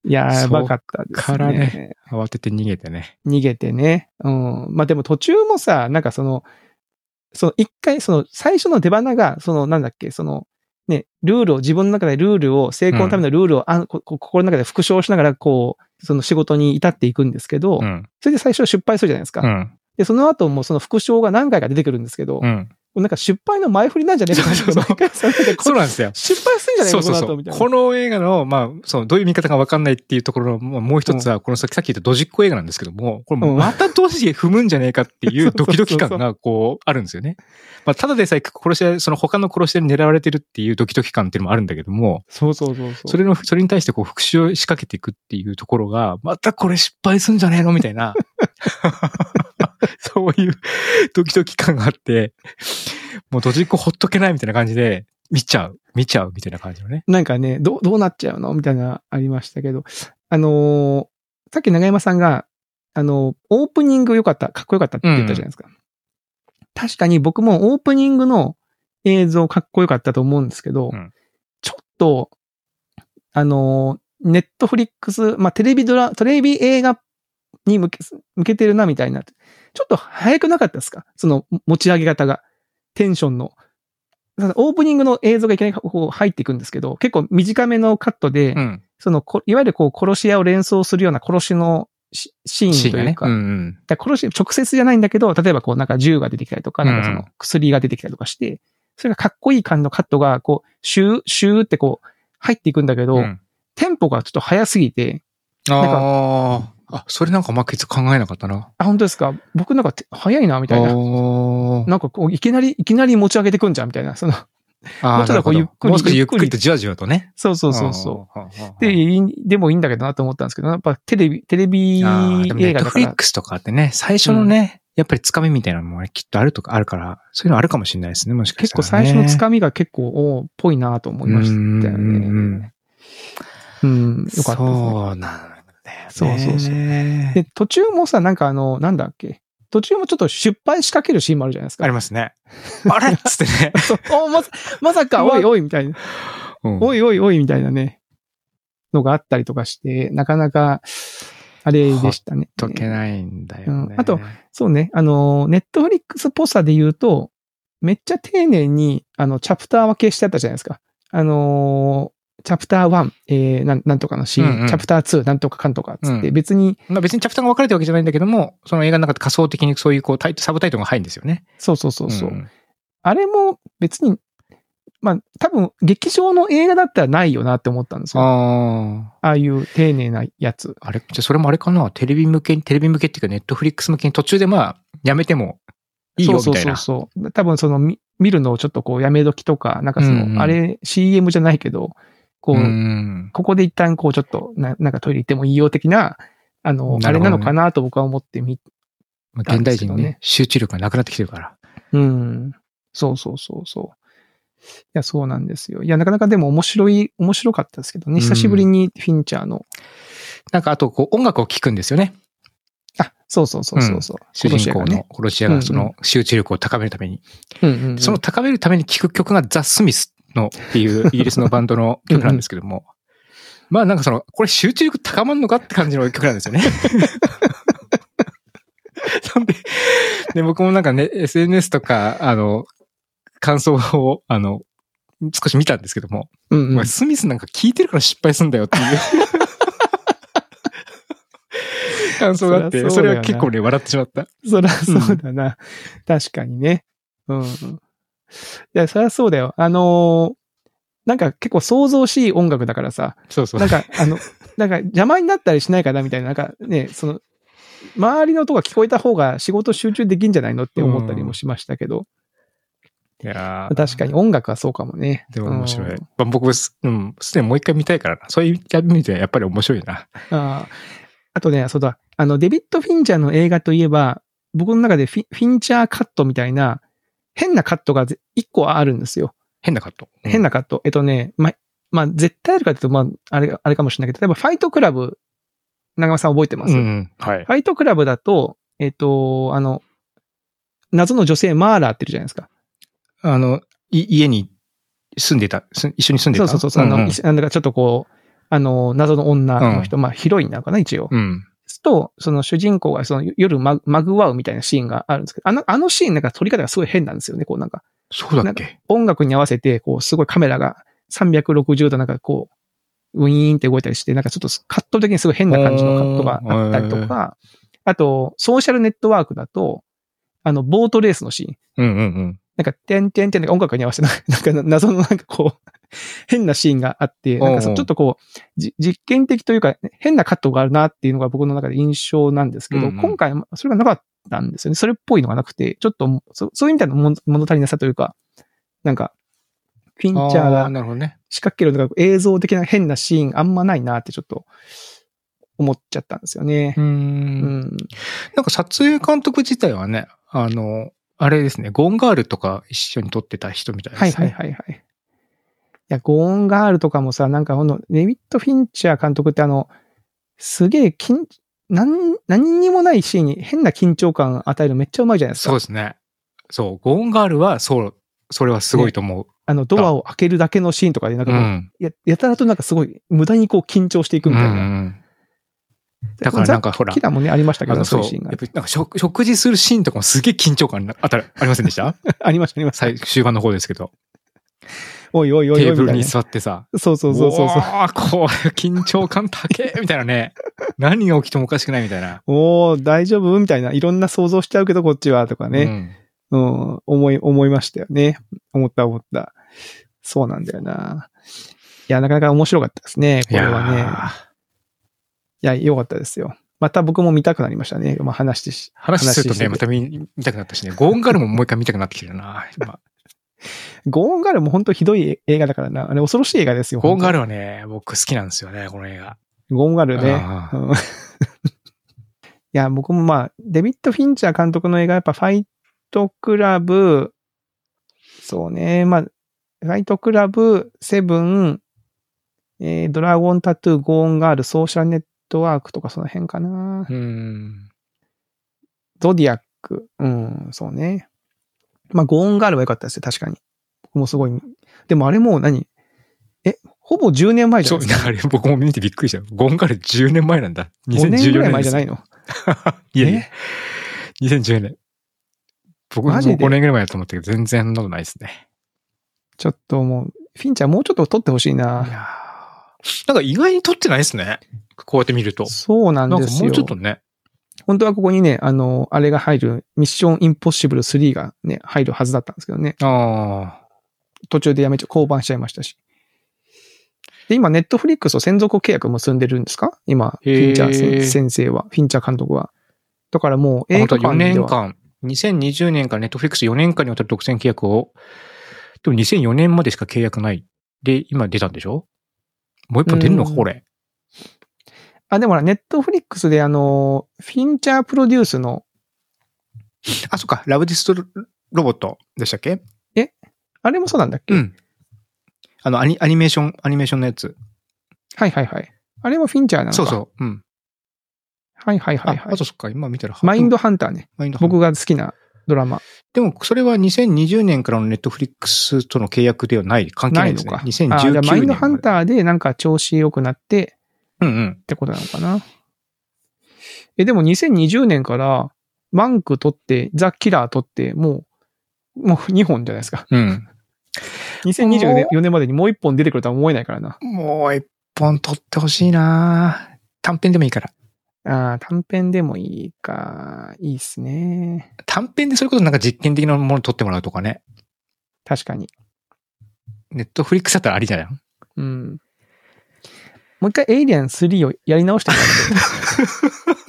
B: いやー、
A: そ
B: や
A: う
B: ばかったですね。
A: からね慌てて逃げてね。
B: 逃げてね。うん。まあでも途中もさ、なんかその、その一回、その最初の出花が、そのなんだっけ、その、ね、ルールを、自分の中でルールを、成功のためのルールを、あんここ心の中で復唱しながら、こう、その仕事に至っていくんですけど、
A: うん。
B: それで最初失敗するじゃないですか。
A: うん。
B: で、その後もその副賞が何回か出てくるんですけど、
A: うん。
B: なんか失敗の前振りなんじゃねえかな
A: そうそうそう
B: 毎回さなんかこ
A: そうなんですよ。
B: 失敗するんじゃねえ
A: そ
B: か
A: うそうそ
B: この後み
A: う。
B: たいな。
A: この映画の、まあ、そう、どういう見方がわかんないっていうところの、まあもう一つは、このさっき言ったドジっ子映画なんですけども、これ
B: うん
A: またドジ踏むんじゃねえかってい
B: *laughs* そううそ
A: ド
B: うそう
A: キ
B: そう
A: ドキ感が、こう、あるんですよね。まあ、ただでさえ殺し合い、その他の殺し合いに狙われてるっていうドキドキ感っていうのもあるんだけども、
B: そうそうそうそう。
A: それの、それに対してこう復讐を仕掛けていくっていうところが、またこれ失敗すんじゃねえのみたいな。 *laughs* そういうドキドキ感があって、もうドジっ子ほっとけないみたいな感じで、見ちゃう、見ちゃうみたいな感じのね。
B: なんかね、どう、どうなっちゃうのみたいな、ありましたけど。あのーさっき長山さんが、あのーオープニング良かった、かっこよかったって言ったじゃないですか。確かに僕もオープニングの映像かっこよかったと思うんですけど、
A: うん
B: ちょっと、あのーネットフリックス、まあ、テレビドラ、テレビ映画に向け、向けてるな、みたいな。ちょっと早くなかったですかその持ち上げ方が。テンションの。ただオープニングの映像がいきなりこう入っていくんですけど、結構短めのカットで、
A: うん。
B: そのこ、いわゆるこう殺し屋を連想するような殺しのしシーンというか、
A: うんうん。
B: だから殺し、直接じゃないんだけど、例えばこうなんか銃が出てきたりとか、
A: うん
B: なんかその薬が出てきたりとかして、それがかっこいい感じのカットが、こう、シュー、シューってこう、入っていくんだけど、
A: うん
B: テンポがちょっと早すぎて、なんか
A: ああ。あ、それなんかうまくいつ考えなかったな。
B: あ、本当ですか僕なんかて早いな、みたい
A: あ
B: な。
A: ー
B: なんかこう、いきなり、いきなり持ち上げてくんじゃん、みたいな。その、 *laughs*
A: あー。
B: もうちょっと
A: なるほど
B: こうゆっくり
A: もう少しゆっく
B: ゆっ
A: り
B: く
A: とじわじわとね。
B: そうそうそうそう。
A: う
B: で、いいでもいいんだけどなと思ったんですけど、やっぱテレビ、テレビ映
A: あーでもネ
B: 画
A: ット
B: だか
A: フリッ
B: ら、
A: クスとかってね、最初のね、やっぱりつかみみたいなのもねきっとあるとかあるから、そういうのあるかもしれないですね、もしかし
B: 結
A: たら
B: 構
A: ね。
B: 最初のつ
A: み
B: かみが結構、おーっぽいなと思いましたよね。うん、よかったですね。
A: そうなんだよね。
B: そうそうそう
A: う。
B: で、途中もさ、なんかあの、なんだっけ、途中もちょっと失敗仕掛けるシーンもあるじゃないですか。
A: あります *laughs* ね。あれっつってね。
B: *laughs* そうおーまさ、まさか、
A: うわ
B: おいおいみたいな、
A: うん
B: おいおいおいみたいなね、のがあったりとかして、なかなか、あれでしたね。
A: 解けないんだよね
B: う。んあと、そうね。あの、ネットフリックスっぽさで言うと、めっちゃ丁寧に、あの、チャプター分けしてあったじゃないですか。あのー、チャプター1、えー、なんなんとかのシーン、
A: うんうん
B: チャプター2、なんとかかんとかっつって、
A: うん
B: 別に、
A: まあ別にチャプターが分かれてるわけじゃないんだけども、その映画の中で仮想的にそういうこうタイトサブタイトルが入るんですよね。
B: そうそうそうそう、
A: ん
B: あれも別に、まあ、多分、劇場の映画だったらないよなって思ったんですよ。あ
A: あ
B: あいう丁寧なやつ。
A: あ。あれ、じゃあそれもあれかなテレビ向けに、テレビ向けっていうかネットフリックス向けに途中でまあ、やめてもいいよみたいな。
B: そうそうそうそう。多分その見見るのをちょっとこうやめ時とか、なんかその、
A: うんうん
B: あれ CM じゃないけど、こう、
A: うん
B: ここで一旦こうちょっとな、なんかトイレ行ってもいいよ的な、あの、
A: な
B: あ
A: るほ
B: れ
A: どね
B: なのかなと僕は思ってみ、
A: まあ現代人
B: なんですけどね
A: ね、集中力がなくなってきてるから。
B: うん。そうそうそうそう。いや、そうなんですよ。いや、なかなかでも面白い、面白かったですけどね。久しぶりにフィンチャーの、
A: なんかあと、こう音楽を聴くんですよね。
B: あ、そうそうそうそうそう。
A: 主人公の殺し屋
B: う
A: が
B: ん
A: その集中力を高めるために。
B: 今年やからね。うんうんうん
A: その、高めるために聴く曲がザ・スミスのって
B: *laughs*
A: いうイギリスのバンドの曲なんですけども。まあなんかその、これ集中力高まんのかって感じの曲なんです
B: *laughs*
A: よね。なんで、で、僕もなんかね、SNS とか、あの、感想を、あの、少し見たんですけども、
B: うん
A: お
B: うん
A: 前、スミスなんか聞いてるから失敗すんだよって
B: *laughs*
A: いう。感想があって、
B: そり
A: そ
B: ゃそうだよ
A: れ
B: な
A: は結構ね、笑ってしまった。
B: そりゃそうだな。確かにね。うん。いや、そりゃそうだよ。あのーなんか結構想像しい音楽だからさ、
A: そうそう
B: なん。か、あの、なんか邪魔になったりしないかなみたいな、なんかね、その、周りの音が聞こえた方が仕事集中できんじゃないのって思ったりもしましたけど、
A: いやー
B: 確かに音楽はそうかもね。
A: でも面白い。
B: う
A: ま
B: ん
A: あ、僕もす、うん、すでにもう一回見たいからな。そういう意味ではやっぱり面白いな。
B: あーあとね、そうだ、あの、デビッド・フィンチャーの映画といえば、僕の中でフィフィンチャーカットみたいな、変なカットがぜ一個あるんですよ。
A: 変なカット。
B: 変なカット。えっとね、ま、まあ、絶対あるかというと、まあ、あれ、あれかもしれないけど、例えば、ファイトクラブ、長山さん覚えてま
A: う
B: す
A: ん。うん。はい。
B: ファイトクラブだと、えっ、と、あの、謎の女性マーラーっているじゃないですか。
A: あの、い家に住んでた、す一緒に住んで
B: そう
A: た。
B: そうそうそう、あ
A: ん
B: の、
A: ん
B: いなんだかちょっとこう、あの、謎の女の人、まあヒロインなのかな、一応。
A: うん。
B: と、その主人公がその夜ままぐわうみたいなシーンがあるんですけど、あの、あのシーンなんか撮り方がすごい変なんですよね、こうなんか。
A: そうだっけ
B: 音楽に合わせて、こう、すごいカメラが360度なんかこう、ウィーンって動いたりして、なんかちょっとカット的にすごい変な感じのカットがあったりとか、あと、ソーシャルネットワークだと、あの、ボートレースのシーン。
A: うんうんうん。
B: なんか、てんてんてんとか音楽に合わせて、 *laughs* なんかなんか謎のなんかこう、変なシーンがあって、なんか
A: おうお
B: さ
A: う
B: ちょっとこう、じ実験的というか、変なカットがあるなっていうのが僕の中で印象なんですけど、
A: うんうん
B: 今回はそれがなかったんですよね。それっぽいのがなくて、ちょっとそ、そういうみたいな物物足りなさというか、なんか、フィンチャー
A: あ
B: が
A: なるほどね。
B: 仕掛けるのが映像的な変なシーンあんまないなってちょっと思っちゃったんですよね
A: う。ー。
B: うんん。
A: なんか撮影監督自体はね、あの、あれですね、ゴンガールとか一緒に撮ってた人みたい
B: は
A: で
B: い
A: す
B: はい
A: ね。
B: はいはい。いや、ゴーンガールとかもさ、なんかほんの、レビット・フィンチャー監督ってあの、すげえ緊、なん、何にもないシーンに変な緊張感与えるのめっちゃうまいじゃないです
A: そう
B: か。
A: ですね。そう、ゴンガールは、そう、それはすごいと思う。
B: あの、ドアを開けるだけのシーンとかで、なんか
A: う
B: もう、
A: ん。
B: や、やたらとなんかすごい、無駄にこう緊張していくみたいな。
A: うんうんだからなんかほら
B: ザキダもね、ありましたけ
A: あ
B: どね、
A: の、
B: そ
A: そうう
B: いうシーンが *laughs*
A: やっ。ぱなんか食食事するシーンとかもすげえ緊張感なあたありませんでした
B: *laughs* ありました、ありました。
A: 最終盤の方ですけど。
B: おいおいおいおい
A: テー
B: みた
A: ブ
B: いな
A: ルに
B: ね
A: 座ってさ。
B: そうそうそうそうそう。
A: ああ、これ緊張感高えみたいなね。何が起きてもおかしくないみたいな。
B: おー、大丈夫みたいな。いろんな想像しちゃうけど、こっちは、とかね。うん、思い、思いましたよね。思った思った。そうなんだよな。いや、なかなか面白かったですね。
A: うん。
B: これはね。いや、良かったですよ。また僕も見たくなりましたね。まあ話してし、
A: 話するとね、
B: 話
A: ま
B: し
A: た
B: て
A: 見見たくなったしね。ゴーンガルももう一回見たくなってきてる
B: *laughs*
A: な。今
B: ゴーンガールも本当ひどい映画だからな。あれ恐ろしい映画ですよ。
A: ゴーンガ
B: ル。
A: ルはね、僕好きなんですよね、この映画。
B: ゴーンガールね。
A: ああ
B: うん *laughs* いや、僕もまあ、デビッド・フィンチャー監督の映画、やっぱファイトクラブ、そうね、まあ、ファイトクラブ、セブン、えードラゴンタトゥー、ゴーンガール、ソーシャルネットワークとかその辺かな。
A: うん。
B: ゾディアック、うん、そうね。まあ、ゴーンガールは良かったですよ、確かに。僕もすごい。でもあれもう何え、ほぼ10年前じ
A: そ
B: ゃ
A: う、
B: ないですか。
A: あれ僕も見てびっくりしたよ。ゴーンガル10年前なんだ。
B: 5年ぐら
A: 2014
B: い
A: 年
B: 前
A: で
B: じゃ
A: す
B: ないの
A: いやいや。2010年。僕も
B: マ
A: 5
B: ジで
A: 年ぐらい前だと思ったけど、全然そんなことないですね。
B: ちょっともう、フィンちゃんもうちょっと撮ってほしい
A: いや
B: な
A: ー。なんか意外に撮ってないですね。こうやって見ると。
B: そうなん
A: なん
B: で
A: か
B: す
A: も
B: よ。
A: うちょっとね。
B: 本当はここにね、あの、あれが入る、ミッションインポッシブル3がね、入るはずだったんですけどね。
A: あ
B: 途中でやめちゃ、降板しちゃいましたし。で、今、ネットフリックスと専属契約結んでるんですか今、フ
A: へー
B: ィンチャー先先生は、フィンチャー監督は。だからもう
A: あ。
B: 映
A: 本当
B: 画
A: は4
B: 館で
A: 年
B: は。
A: 間。2020年から Netflix4 年間にわたる独占契約を、でも2004年までしか契約ない。で、今出たんでしょもう一本出るのか、
B: うん
A: これ。
B: あ、でもほら、ネットフリックスであの、フィンチャープロデュースの、
A: あ、そっか。ラブディストロボットでしたっけ
B: あれもそうなんだっけ、
A: うん。あのアニ、アニメーション、アニメーションのやつ。
B: はいはいはい。あれもフィンチャーなのか
A: そうそう。うん。
B: はいはいはい
A: あ
B: は
A: あ
B: い。
A: とそっか、今見たら。
B: マイン
A: ド、
B: ドハンターね。
A: マインド
B: 僕が好きなドラマ。
A: でも、それは2020年からのネットフリックスとの契約ではない、関係
B: な
A: ない
B: い
A: で
B: の
A: すね。2019年
B: か。あ
A: ま
B: じゃ
A: で。
B: あマインドハンターでなんか調子良くなって
A: うんうん
B: っ。てことなのかな。え、でも2020年から、マンク取って、ザ・キラー取って、もう、もう2本じゃないで
A: *laughs*
B: すか。
A: うん。
B: 2024年までにもう1本出てくるとは思えないからな。
A: もう一本撮ってほしいな短編でもいいから。
B: ああ、短編でもいいか。いいっすね。
A: 短編でそれこそなんか実験的なもの撮ってもらうとかね。
B: 確かに。
A: ネットフリックスだったらありじゃん。
B: うん。もう一回エイリアン3をやり直してもらって。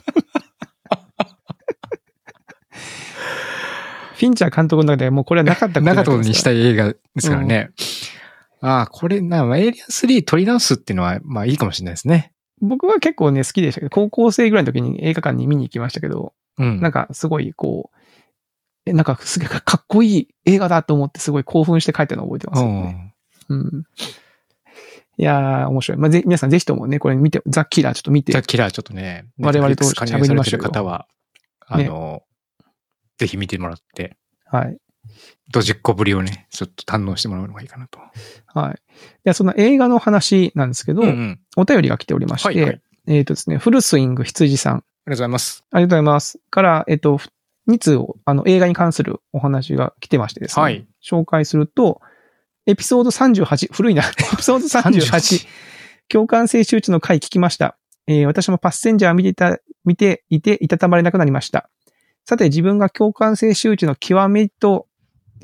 B: フィンチャー監督の中でもうこれはなかったこと
A: 長友にした
B: い。
A: い映画ですからね。ああ、これな、まあエイリアン3撮り直すっていうのは、まあいいかもしれないですね。
B: *laughs* 僕は結構ね、好きでしたけど、高校生ぐらいの時に映画館に見に行きましたけど、
A: うん。
B: なんかすごいこう、えなんかすげえかっこいい映画だと思ってすごい興奮して帰ったのを覚えてますよね。うん。いやー、面白い。まあ、ぜ皆さんぜひともね、これ見て、ザ・キラーちょっと見
A: じゃあ
B: て、
A: キラーちょっとね、
B: 我々と
A: Netflix 加入
B: 喋
A: さ
B: り
A: れ
B: ま
A: て
B: しょ
A: る
B: うよ
A: 方は、あの、ぜひ見てもらって。
B: はい。
A: ドジっ子ぶりをね、ちょっと堪能してもらうのがいいかなと。
B: はい。で、その映画の話なんですけど、
A: ん。
B: お便りが来ておりまして、
A: はい、はい。ありがと
B: えっ、とですね、フルスイング羊さん、
A: うございます。
B: ありがとうございます。から、えっ、と、2通を、あの、映画に関するお話が来てましてですね、
A: はい
B: 紹介すると、エピソード38、古いな、エ *laughs* ピソード38、共感性周知の回聞きました。えー私もパッセンジャーを見ていた、見ていて、いたたまれなくなりました。さて、自分が共感性周知の極みと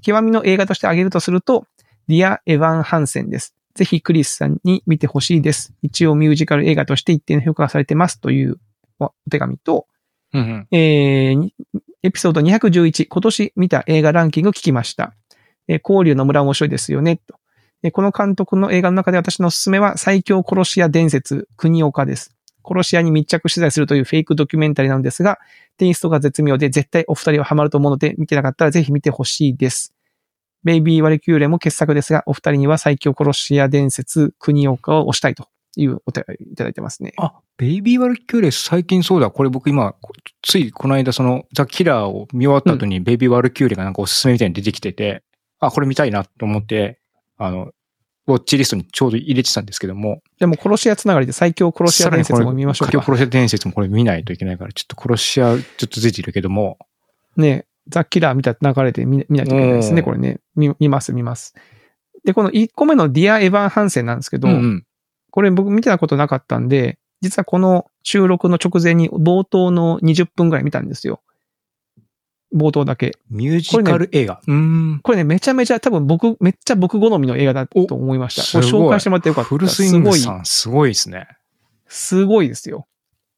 B: 極みの映画として挙げるとすると、ディア・エヴァン・ハンセンです。ぜひクリスさんに見てほしいです。一応ミュージカル映画として一定の評価がされてますというおお手紙と、
A: うんうん。
B: えーにエピソード211、今年見た映画ランキングを聞きました。えー交流の村面白いですよね、と。えーこの監督の映画の中で私のおすすめは最強殺し屋伝説、国岡です。殺し屋に密着取材するというフェイクドキュメンタリーなのですが、テイストが絶妙で絶対お二人はハマると思うので、見てなかったらぜひ見てほしいです。ベイビー・ワルキューレも傑作ですが、お二人には最強殺し屋伝説、国岡を推したいというお手紙いただいてますね。
A: あ、ベイビーワルキューレ最近そうだ。これ僕今、こついこの間そのザ・キラーを見終わった後にベイビーワルキューレがなんかおすすめみたいに出てきてて、あ、これ見たいなと思って、あの、ウォッチリストにちょうど入れてたんですけども、
B: でも殺し屋つながりで最強殺し屋伝説も見ましょう
A: 今日
B: か。
A: 殺し伝説もこれ見ないといけないから、ちょっと殺し屋ちょっとついてるけども、
B: ね、ザ・キラー見た流れで見見ないといけないです
A: う
B: ね、
A: ん
B: これね。見見ます、見ます。で、この1個目のディア・エヴァン・ハンセンなんですけど、
A: ん、
B: これ僕見てたことなかったんで、実はこの収録の直前に冒頭の20分ぐらい見たんですよ。冒頭だけ。
A: ミュージカル映画。うーん。
B: これね、めちゃめちゃ多分僕、めっちゃ僕好みの映画だと思いました。これ紹介してもらってよかった。
A: フルスイング
B: すごい
A: さん、すごいですね。
B: すごいですよ。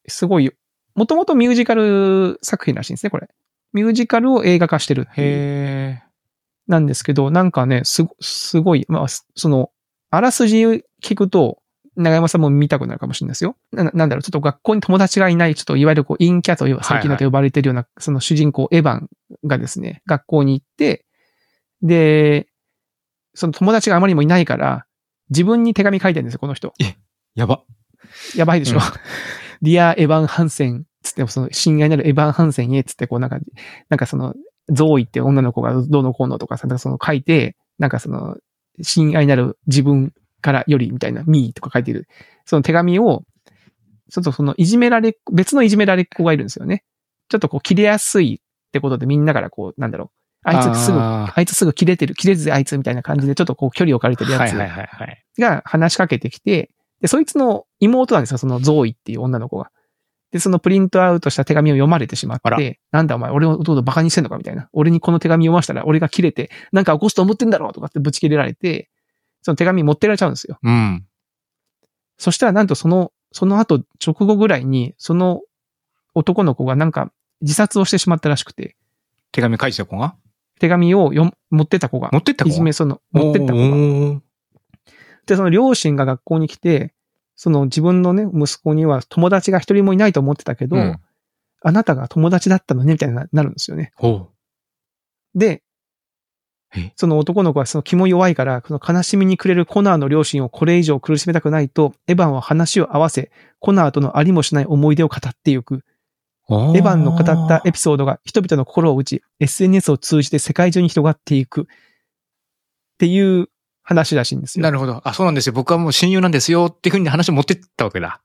B: すごいよ。もともとミュージカル作品らしいんですね、これ。ミュージカルを映画化してるっていう
A: へ
B: なんですけど、なんかね、すご、すごい、まあ、すその、あらすじ聞くと、長山さんも見たくなるかもしれないですよ。な、なんだろう、ちょっと学校に友達がいない、ちょっといわゆるこう、陰キャと呼ば、最近だと呼ばれてるような、その主人公エヴァンがですね、学校に行って、で、その友達があまりにもいないから、自分に手紙書いてるんですよ、この人。
A: ー。やば。
B: やばいでし
A: う
B: ょ。
A: ん
B: ディア・エヴァン・ハンセン、つって、その、親愛なるエヴァン・ハンセンへ、つって、こう、なんか、なんかその、ゾーイって女の子がどうのこうのとかさ、なんかその書いて、なんかその、親愛なる自分からより、みたいな、ミーとか書いてる、その手紙を、ちょっとその、いじめられっ子、別のいじめられっ子がいるんですよね。ちょっとこう、切れやすいってことで、みんなからこう、なんだろう、あいつすぐ、あ
A: あ
B: いつすぐ切れてる、切れずあいつみたいな感じで、ちょっとこう、距離を置かれて
A: ー
B: るやつ。
A: はいはいはいはい。
B: が話しかけてきて、で、そいつの妹なんですよ、そのゾーイっていう女の子が。で、そのプリントアウトした手紙を読まれてしまっ
A: あら
B: て、なんだお前、俺の弟バカにしてんのかみたいな。俺にこの手紙読ましたら、俺が切れて、なんか起こすと思ってんだろうとかってぶち切れられて、その手紙持ってられちゃうんですよ。
A: うん。
B: そしたらなんとその、その後直後ぐらいに、その男の子がなんか自殺をしてしまったらしくて、
A: 手紙書いてた子が
B: 手紙を読む持ってった子が、
A: 持ってった子
B: い
A: が
B: じめその、持ってった子
A: お
B: が、
A: ー
B: で、その両親が学校に来て、その自分のね、息子には友達が一人もいないと思ってたけど、
A: うん
B: あなたが友達だったのね、みたいにななるんですよね。
A: ほう。
B: で
A: え、
B: その男の子はその気も弱いから、その悲しみに暮れるコナーの両親をこれ以上苦しめたくないと、エヴァンは話を合わせ、コナーとのありもしない思い出を語ってゆく。エヴァンの語ったエピソードが人々の心を打ち、SNS を通じて世界中に広がっていく。っていう話らしいんですよ。
A: なるほど。あ、そうなんですよ。僕はもう親友なんですよっていうふうに話を持ってったわけだ。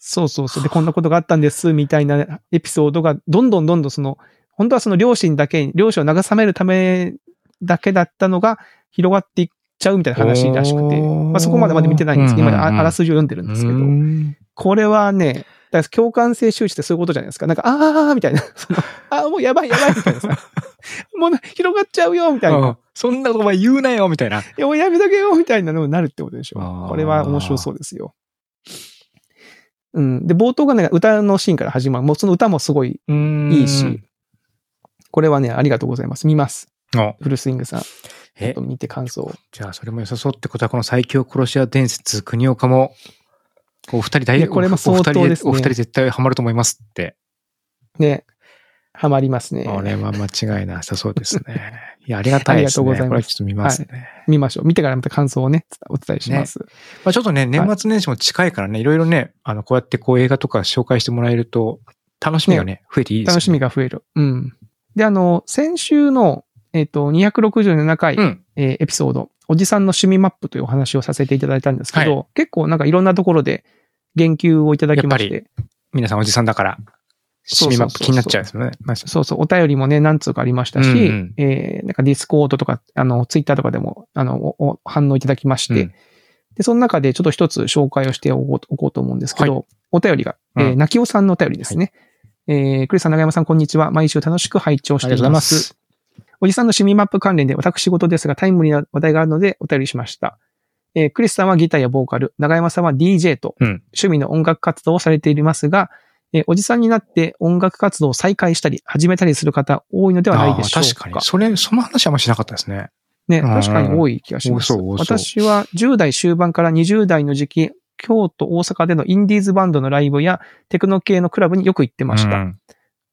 B: そうそうそう。で、こんなことがあったんです、みたいなエピソードが、どんどんどんどんその、本当はその両親だけに、両親を慰めるためだけだったのが広がっていっちゃうみたいな話らしくて、
A: おー
B: まあそこまでまで見てないんですけど、
A: うん
B: 今
A: うんうん
B: ああらすじを読んでるんですけど、これはね、だから共感性周知ってそういうことじゃないですか。なんか、あーみたいな、そのあーもうやばいやばいみたい
A: *laughs*
B: なさ、もうな広がっちゃうよみたいな、
A: うんそんなことお前言うなよみたいな。
B: いや、もうやめとけよみたいなのになるってことでし
A: あ
B: ょ
A: ー。
B: これは面白そうですよ。うん。で、冒頭がね、歌のシーンから始まる。もうその歌もすごいい
A: い
B: いし。。これはね、ありがとうございます。見ます。
A: あ
B: フルスイングさん。ちょっ
A: え
B: と、見て感想を。
A: じゃあそれも良さそうってことは、この最強殺し屋伝説、国岡も、お二人
B: い
A: 大
B: やこれも相当です
A: お二人
B: ね
A: お二人絶対ハマると思いますって。
B: ね。ハマりますね。
A: これは間違いなさそうですね。いや、ありがたいですね。
B: ありがとうございます
A: これはちょっと見ますね。
B: 見ましょう。見てからまた感想をね、お伝えします。
A: まあちょっとね、年末年始も近いからね、いろいろね、あの、こうやってこう映画とか紹介してもらえると、楽しみがね、増えていいですよね。
B: 楽しみが増える。うん。で、あの、先週の、えっ、と、267回、
A: うん。
B: えーエピソード、おじさんの趣味マップというお話をさせていただいたんですけど、
A: は
B: 結構なんかいろんなところで言及をいただきま
A: や
B: し、
A: って皆さんおじさんだから、
B: そ
A: 趣味マ
B: うそうそうそう
A: ップ気になっちゃうんですよね。まあ
B: そうそう、お便りもね、何通かありましたし、
A: うんうん
B: えーなんかディスコードとか、あの、ツイッターとかでも、あの、おお反応いただきまして、
A: うん
B: で、その中でちょっと一つ紹介をしておこうおこうと思うんですけど、お便りが、えー
A: うん
B: なきおさんのお便りですね。えー、クリスさん、長山さん、こんにちは。毎週楽しく拝聴しています。おじさんの趣味マップ関連で私事ですがタイムリーな話題があるのでお便りしました。えークリスさんはギターやボーカル、長山さんは DJ と
A: うん
B: 趣味の音楽活動をされていますが、えーおじさんになって音楽活動を再開したり始めたりする方多いのではないでしょうか。
A: あー確かに。それ、その話はあんましなかったですね。
B: ね、
A: うん
B: 確かに多い気がします。
A: 多そう多そう
B: 私は10代終盤から20代の時期、京都、大阪でのインディーズバンドのライブやテクノ系のクラブによく行ってました。
A: うん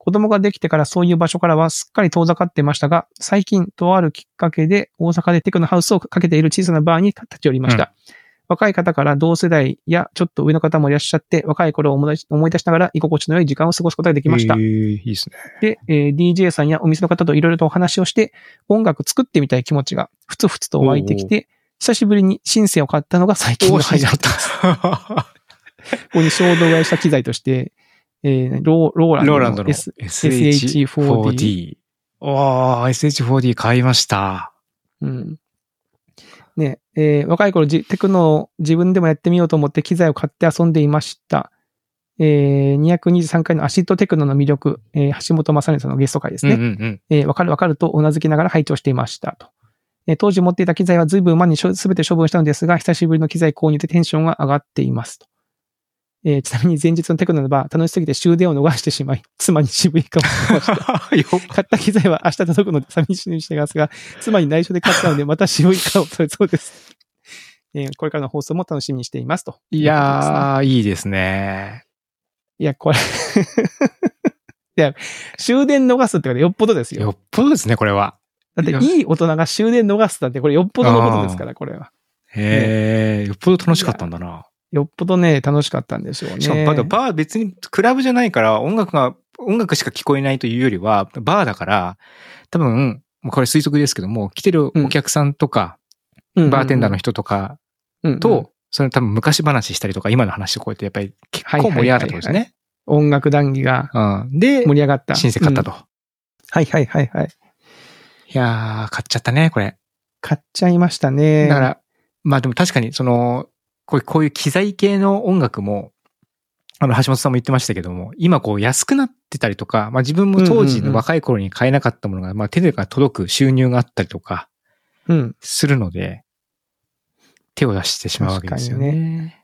B: 子供ができてからそういう場所からはすっかり遠ざかってましたが、最近とあるきっかけで大阪でテクノハウスをかけている小さなバーに立ち寄りました。若い方から同世代やちょっと上の方もいらっしゃって、若い頃を思い出し思い出しながら居心地の良い時間を過ごすことができました
A: えー。いいですね。
B: で、えー DJ さんやお店の方といろいろとお話をして、音楽作ってみたい気持ちがふつふつと湧いてきて、久しぶりにシンセを買ったのが最近
A: お
B: の
A: お、
B: ハ
A: 死ん
B: イ
A: じ
B: ラ
A: ゃ
B: イ
A: っ
B: ト。こ
A: た。
B: こに衝動買いした機材として、えーロー、
A: *laughs*
B: ローランドの
A: ローランドの
B: S
A: SH4D。
B: SH4D
A: おー、SH4D 買いました。
B: うん。ね、えー若い頃じ、テクノを自分でもやってみようと思って機材を買って遊んでいました。えー、223回のアシッドテクノの魅力、えー橋本正則さんのゲスト会ですね。
A: うんうんうん。
B: えーわかるわかるとうなずきながら拝聴していましたと。えー当時持っていた機材は随分前にしょ全て処分したのですが、久しぶりの機材購入でテンションが上がっていますと。えーちなみに前日のテクノのバー、楽しすぎて終電を逃してしまい、妻に渋い顔をしてました。
A: *laughs* よ
B: 買った機材は明日届くので寂しいにしていま
A: *laughs*
B: すが、妻に内緒で買ったので、また渋い顔をされそうです。 *laughs* えーこれからの放送も楽しみにしていますと。
A: いやー、いいですね。
B: いや、これ。 *laughs* いや、終電逃すってことはよっぽどですよ
A: よ。っぽどですね、これは。
B: だって
A: いや
B: いい大人が終電逃すなんてこれよっぽどのことですから、これは。
A: へえ、よっぽど楽しかったんだな。
B: よっぽどね、楽しかったんでしょうね。
A: しかも、バーバー別にクラブじゃないから、音楽が、音楽しか聞こえないというよりは、バーだから、多分、もうこれ推測ですけども、来てるお客さんとか、
B: うん
A: バーテンダーの人とか
B: 人
A: と、それ多分昔話したりとか、今の話とこうやって、やっぱり結構盛り上がったってことですね。
B: 音楽談義が
A: うんで
B: 盛、り上がった。
A: 申請買った
B: うん
A: と。
B: はいはいはいはい。
A: いやー、買っちゃったね、これ。
B: 買っちゃいましたね。
A: だから、まあでも確かに、その、こういう、こういう機材系の音楽も、あの、橋本さんも言ってましたけども、今こう安くなってたりとか、まあ自分も当時の若い頃に買えなかったものが、まあ手でから届く収入があったりとか
B: うん。
A: するので、手を出してしまうわけですよね。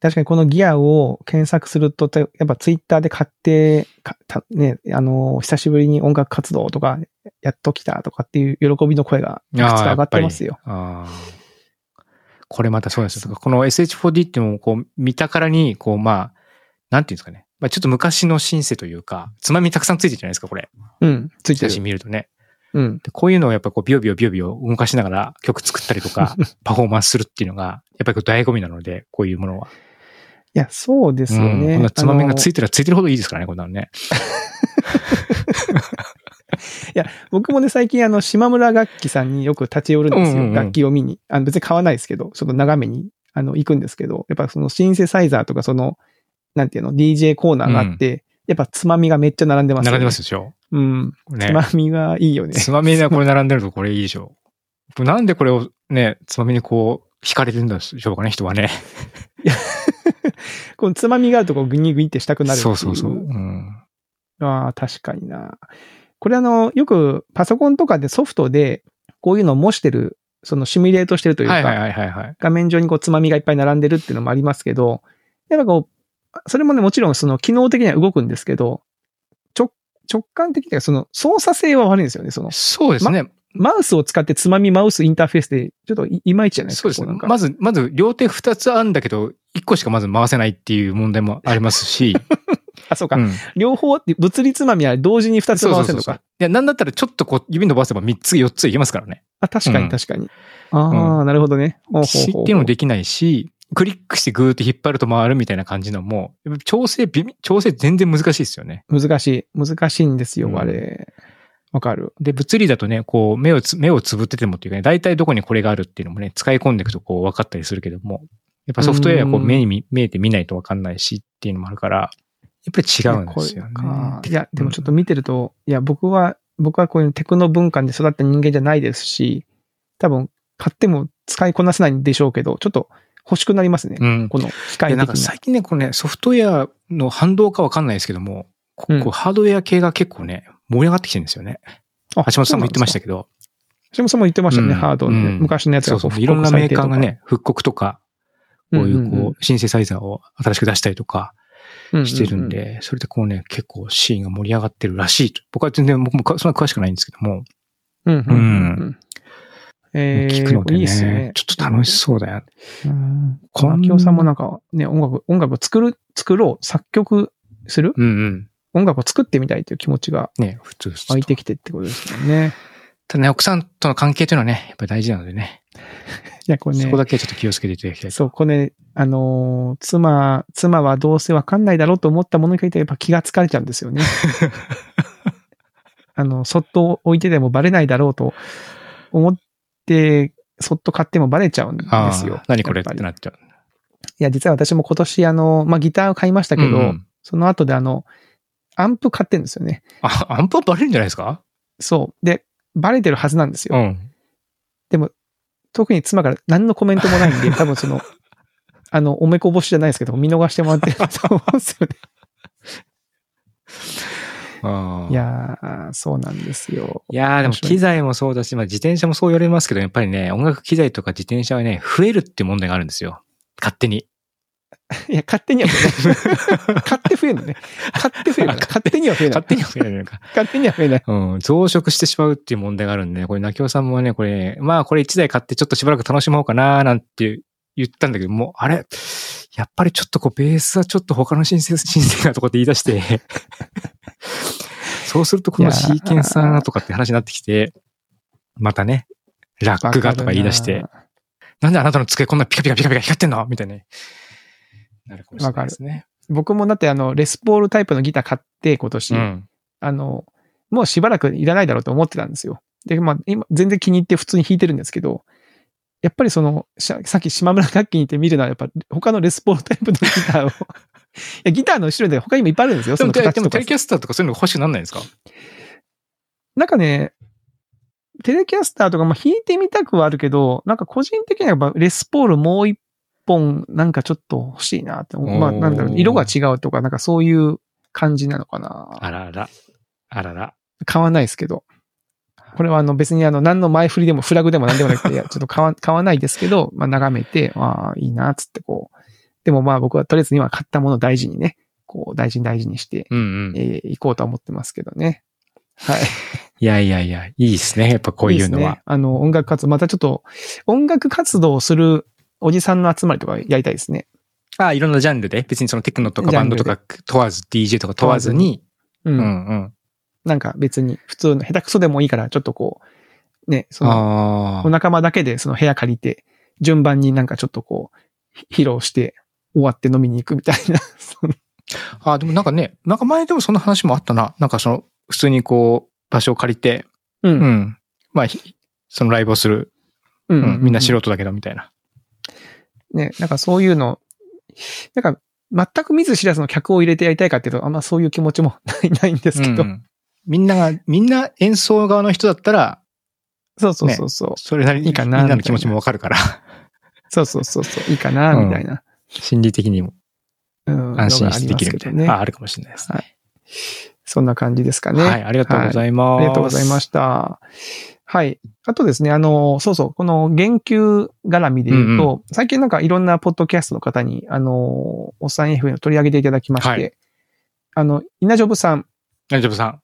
B: 確確かにこのギアを検索すると、たやっぱツイッターで買って、かたね、あのー、久しぶりに音楽活動とか、やっときたとかっていう喜びの声が、いくつか上がってますよ。
A: あーこれまたそうですよ。この SH4D ってもうこう見たからに、こうまあ、なんていうんですかね。まあちょっと昔のシンセというか、つまみたくさんついてるじゃないですか、これ。
B: うん。ついて
A: 写真
B: る。
A: 見るとね。
B: うん。
A: でこういうのをやっぱこうビヨビヨビヨビヨ動かしながら曲作ったりと
B: *laughs*
A: か、パフォーマンスするっていうのが、やっぱりこう醍醐味なので、こういうものは。
B: いや、そうですよ
A: うん
B: ね。
A: こんなつまみがつ
B: い
A: いてるらついてるほどいいですからね、こんなのね。
B: 僕もね、最近あの、島村楽器さんによく立ち寄るんです
A: うん
B: よ。
A: うんうん
B: 楽器を見に。あの別に買わないですけど、ちょっと眺めに、あの、行くんですけど、やっぱそのシンセサイザーとかその、なんていうの、DJ コーナーがあって、やっぱつまみがめっちゃ並んでます、
A: 並んでます。でしょ。
B: うん。
A: ね
B: つまみがいいよね。
A: つまみがこれ並んでるとこれいいでしょ。なんでこれをね、つまみにこう、惹かれてるんでしょうかね、人はね。
B: このつまみがあるとこうグニグニってしたくなるってい
A: そうそうそう。うん。
B: ああ、確かにな。これあの、よくパソコンとかでソフトで、こういうのを模してる、そのシミュレートしてるというか、
A: はいはいはいはいはい。
B: 画面上にこうつまみがいっぱい並んでるっていうのもありますけど、やっぱこう、それもね、もちろんその機能的には動くんですけど、直、直感的にはその操作性は悪いんですよね。その、
A: そうですね。
B: マウスを使ってつまみマウスインターフェースで、ちょっといいまいちじゃないです
A: そう
B: か。
A: です
B: こ
A: ね
B: なん。か
A: まず、まず両手二つあるんだけど、一個しかまず回せないっていう問題もありますし。
B: あ、そうか。
A: うん
B: 両方って、物理つまみは同時に2つ
A: そうそ
B: 回
A: うそ
B: せる
A: う
B: の
A: そう
B: か。。
A: いや、なんだったらちょっとこう、指伸ばせば三つ、四ついけますからね。
B: あ、確か
A: う
B: に
A: ん
B: 確かに。ああ、なるほどね。ほうほう
A: 知っ
B: ほう
A: てもできないし、クリックしてグーって引っ張ると回るみたいな感じのも、やっぱ調整微妙、調整全然難しいですよね。
B: 難しい。難しいんですよ、
A: うん
B: あれ。わかる。
A: で、物理だとね、こう、目をつ、目をつぶっててもっていうかね、大体どこにこれがあるっていうのもね、使い込んでいくとこう分かったりするけども、やっぱソフトウェアはこう
B: うん
A: 目に見、見えて見ないと分かんないしっていうのもあるから、やっぱり違うんですよね
B: これか。いや、でもちょっと見てると、いや、僕は、僕はこういうテクノ文化で育った人間じゃないですし、多分、買っても使いこなせないんでしょうけど、ちょっと欲しくなりますね。
A: うん。
B: この機械
A: で、
B: 的
A: なんか
B: に。
A: 最近ね、このね、ソフトウェアの反動か分かんないですけども、こ
B: うん
A: こうハードウェア系が結構ね、盛り上がってきてるんですよね。
B: あ
A: 橋本さんも言ってました
B: け
A: けど、
B: ど。橋本さんも言ってましたね、
A: うん
B: ハードのね
A: うん
B: 昔のやつ
A: そ
B: が
A: う
B: こ
A: そう、いろんなメーカーが、ね、復刻とか、こういう、
B: んん
A: こう、シンセサイザーを新しく出したりとか
B: うん、
A: してるん
B: ううう。
A: で、それでこうね、結構シーンが盛り上がってるらしいと。僕は全然、僕もかそんな詳しくないんですけども、
B: うんうんうん
A: う
B: うん。えー、
A: 聞くので
B: いいっすね
A: ね、。ちょっと楽しそうだよ。
B: こ
A: こん
B: の京さんもなんかね、音楽、音楽を作る、作ろう、作曲する
A: うんうん。
B: 音楽を作ってみたいという気持ちが
A: ね、普通、普
B: 湧
A: 通
B: い。てきてってことですよ
A: *laughs*
B: ね。
A: ただね、奥さんとの関係というのはね、やっぱり大事なのでね。
B: いや、これね、
A: そこだけはちょっと気をつけていただきたい。
B: そう、これ、ね、あのー妻、妻はどうせわかんないだろうと思ったものに限ってやっぱ気が疲れちゃうんですよね。
A: *laughs*
B: あの、そっと置いててもバレないだろうと思って、そっと買ってもバレちゃうんで
A: あ
B: すよ
A: あ。、何これっ
B: や
A: て
B: ぱり
A: なっちゃう。
B: いや、実は私も今年、あの、まあ、ギターを買いましたけど、
A: うんうん
B: その後であの、アンプ買ってんですよね。
A: あ、アンプはバレるんじゃないですか
B: そう。で、バレてるはずなんですよ。
A: うん。
B: 特に妻から何のコメントも
A: *laughs*
B: ないんで、多分その、あの、おめこぼしじゃないですけど、見逃してもらってる
A: *laughs*
B: と思うんですよね。
A: ああ
B: いやー、そうなんですよ。
A: いやーでも
B: 面白い
A: 機材もそうだし、まあ自転車もそう言われますけど、やっぱりね、音楽機材とか自転車はね、増えるって問題があるんですよ。勝手に。
B: いや、勝手には増
A: *laughs*
B: えない。勝手増えるのね。勝手増えるのね。勝手には増えない
A: 勝。手には増えるのか。
B: 勝手には増えない。
A: うん。増殖してしまうっていう問題があるんでね、これ、なきおさんもね、これ、まあこれ一台買ってちょっとしばらく楽しもうかななんて言ったんだけど、もう、あれやっぱりちょっとこう、ベースはちょっと他の申請、申請なとこって言い出して、そうするとこの
B: いや
A: シ
B: ー
A: ーケンサーがとかって話になってきて、またね、ラックがとか言い出して、なんであなたの机こんなピカピカピカピカ光ってんのみたいな。なるかもしれないですね。
B: 僕もだってあの、レスポールタイプのギター買って、今年、
A: うん。
B: あの、もうしばらくいらないだろうと思ってたんですよ。で、まあ、今、全然気に入って普通に弾いてるんですけど、やっぱりその、しゃさっき島村楽器に行って見るのは、やっぱ他のレスポールタイプのギ
A: *laughs*
B: ターを、いや、ギターの後ろで他にもいっぱいあるんですよ。
A: で
B: そ
A: も、
B: の
A: で
B: 形
A: でも
B: とか
A: テレ。キャスターとかそういうのが欲しくなんないんですか
B: なんかね、テレキャスターとかも弾いてみたくはあるけど、なんか個人的にはやっぱレスポールもう一本、なんかちょっと欲しいなって思う。まあ、
A: おー
B: なんだろう、色が違うとか、なんかそういう感じなのかな。
A: あらあら。あらら。
B: 買わないですけど。これはあの別にあの何の前振りでもフラグでも何でもなく
A: *laughs*
B: て、いやちょっと買わ買わないですけど、まあ眺めて、ああ、いいな、っつってこう。でもまあ僕はとりあえず今買ったものを大事にね、こう大事に大事にして、
A: うんうん。い
B: えー、行こうとは思ってますけどね。はい。
A: やいやいや、いいですね。やっぱこういうの
B: です
A: は
B: ね。。あの音楽活動、またちょっと音楽活動をするおじさんの集まりとかやりたいですね。
A: ああ、いろんなジャンルで。別にそのテクノとか
B: ジャ
A: バ
B: ン
A: ン
B: ル
A: ド
B: で
A: とか問わず、DJ とか問わずに。
B: うん。
A: うんうん。
B: なんか別に普通の下手くそでもいいから、ちょっとこう、ね、その
A: あ
B: お
A: あ。
B: 仲間だけでその部屋借りて、順番になんかちょっとこう、ひ披露して、終わって飲みに行くみたいな。その
A: ああ、でもなんかね、なんか前でもそんな話もあったな。なんかその、普通にこう、場所を借りて、
B: う
A: う。ん。まあ、ひそのライブをする。
B: う
A: うん。みんな素人だけど、みたいな。
B: ね、なんかそういうの、なんか全く見ず知らずの客を入れてやりたいかっていうと、あんまそういう気持ちもない *laughs* ないんですけど。
A: うんうんみんなが、みんな演奏側の人だったら、
B: そうそうそうそう。
A: それなりに
B: いいかな
A: みんなの
B: みたいな
A: 気持ちもわかるから、
B: そうそうそうそう。いいかな、
A: うん
B: みたいな。
A: 心理的にも
B: うん。
A: 安心してできるみたいな。
B: のが
A: あ
B: あり
A: あるか
B: ます
A: もしれないです
B: けどね。は
A: ね。
B: い。そんな感じですかね。
A: はい、ありがとうございます。
B: ありがとうございました。はい。あとですね、あの、そうそう、この言及絡みで言うと、
A: うん
B: 最近なんかいろんなポッドキャストの方に、あの、おっさん FM を取り上げていただきまして、
A: はい
B: あの、稲ジョブさん、
A: 大丈夫さん。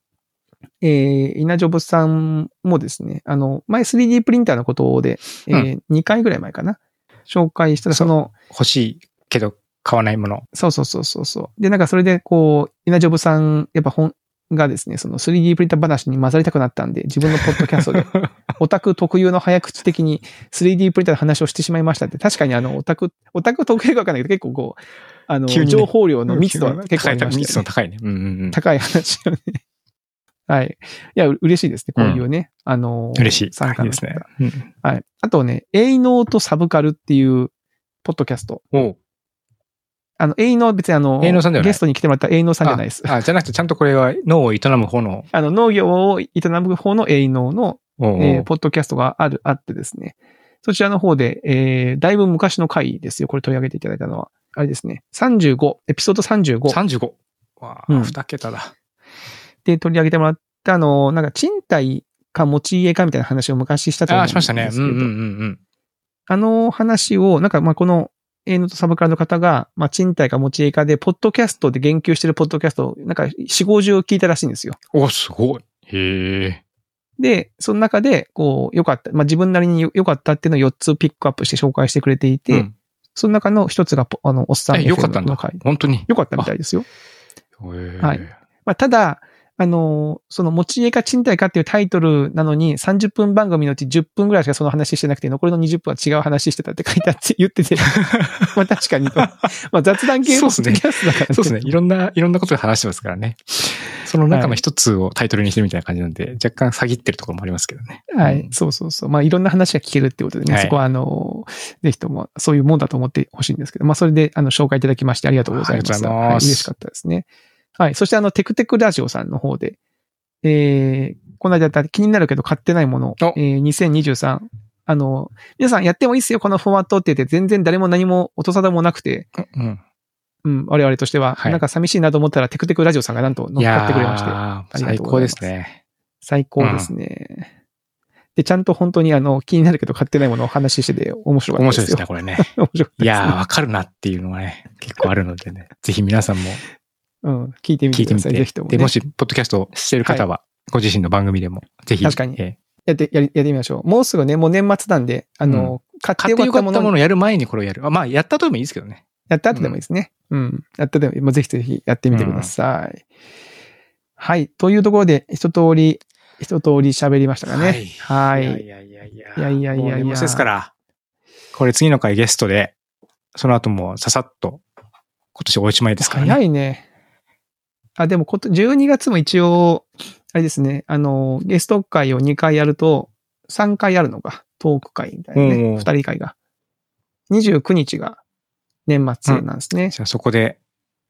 B: えー、稲ジョブさんもですね、あの、前 3D プリンターのことで、えー2回ぐらい前かな、紹介した、その、
A: 欲しいけど買わないもの。
B: そうそうそうそうそう。で、なんかそれで、こう、稲ジョブさん、やっぱ本がですね、その 3D プリンター話に混ざりたくなったんで、自分のポッドキャス
A: *laughs*
B: トで、オタク特有の早口的に 3D プリンターの話をしてしまいましたって、確かにあの、オタク、オタク特有かわかんないけど、結構こう、あの、
A: 急にね
B: 情報量の密度は結構ありましたよね
A: 密度の高いね。うんうんうん。
B: 高い話よね。はい。いや、う嬉しいですね。こういうね、あの、
A: 嬉しい。
B: 参
A: い
B: 加
A: い
B: の
A: ですね。うん
B: はい。あとね、営農とサブカルっていう、ポッドキャスト。
A: おう
B: あの、営農は別にあの、
A: 営農さんではない
B: ゲストに来てもらった営農さんじゃないです。
A: あ、じゃなくてちゃんとこれは脳を営む方の。
B: あの、農業を営む方の営農の、
A: おうおう
B: えーポッドキャストがある、あってですね。そちらの方で、えーだいぶ昔の回ですよ。これ取り上げていただいたのは。あれですね。35、エピソード35
A: 35。わ
B: うん
A: あ、二桁だ。
B: で取り上げてもらった、あの、なんか賃貸か持ち家かみたいな話を昔したと思
A: あ
B: うん
A: あ、
B: です
A: し
B: けど。
A: ましたね。うんうんうん
B: あの話を、なんかまあこの、えーのとサブカルの方が、まあ賃貸か持ち家かで、ポッドキャストで言及してるポッドキャストを、なんか4、50聞いたらしいんですよ。
A: うん。お、すごい。へえ。
B: で、その中で、こう、良かった、まあ自分なりに良かったっていうのを4つピックアップして紹介してくれていて、
A: うん、
B: その中の一つがポ、あの、おっさん
A: え
B: FM
A: 良かったんだ
B: の回。
A: 本当に。
B: 良かったみたいですよ。は。
A: はい
B: まあ、ただ、あのーその持ち家か賃貸かっていうタイトルなのに、30分番組のうち10分ぐらいしかその話してなくて、残りの20分は違う話してたって書いてあって言
A: *laughs*
B: ってて、まあ確かにと。まあ雑談系のポッドキャストだから、
A: そうですね。いろんな、いろんなことで話してますからね。その中
B: は
A: の
B: い
A: 一つをタイトルにしてるみたいな感じなんで、若干詐欺ってるところもありますけどね。
B: はい。そうそうそう。まあ、いろんな話が聞けるってことでね、
A: はい
B: そこは、あの、ぜひとも、そういうもんだと思ってほしいんですけど、まあ、それで、あの、紹介いただきましてありがとうございます。
A: ありがとうございます
B: は嬉しかったですね。はい。そして、あの、テクテクラジオさんの方で、えー、この間やった気になるけど買ってないもの
A: お、
B: えー、2023、あの、皆さんやってもいいっすよ、このフォーマットって言って、全然誰も何も音沙汰もなくて、
A: うん。
B: うん、我々としては、
A: はい
B: なんか寂しいなと思ったら、テクテクラジオさんがなんと乗
A: い
B: っ
A: や
B: かってくれまして。
A: ー
B: ありが
A: 最
B: とうご
A: 高
B: ざいま
A: ですすね。
B: 最高ですね。で、ちゃんと本当にあの、気になるけど買ってないものをお話ししてて面白かった
A: 面
B: で
A: 白い
B: す
A: です
B: よ。
A: ね、これね。
B: 面白かったですね。
A: いやー、わかるなっていうのはね、結構あるので
B: *laughs*
A: ね。ぜひ皆さんも
B: うん、聞いてみ
A: 聞
B: て
A: いて
B: くだ
A: み
B: さ
A: て。
B: い。ぜひとも、ね。
A: で、もし、ポッドキャストをしてる方は、ご自身の番組でも、ぜひ。
B: 確かに
A: えー
B: やって、やりやってみましょう。もうすぐね、もう年末なんで、あの、買って
A: 買っ
B: よ
A: て
B: かっ
A: よか
B: た
A: っ
B: も
A: た
B: の
A: ものをやる前にこれをやる。あまあ、やったとでもいいですけどね。
B: やった後でもいいですね。うん。やったでも、もうぜひぜひやってみてください。はい。というところで、一通り、一通り喋りましたかね。はい。
A: いやいやいやい
B: いやいやいやい
A: もう
B: や
A: 年末ですから。これ次の回ゲストで、その後もささっと、今年おしまいですからね。
B: 早いね。あ、でもこと、12月も一応、あれですね、あの、ゲスト会を2回やると、3回あるのか、トーク会みたいな
A: うんう
B: ね、
A: ん
B: 2人会が。29日が年末なんですね。
A: じゃあそこで、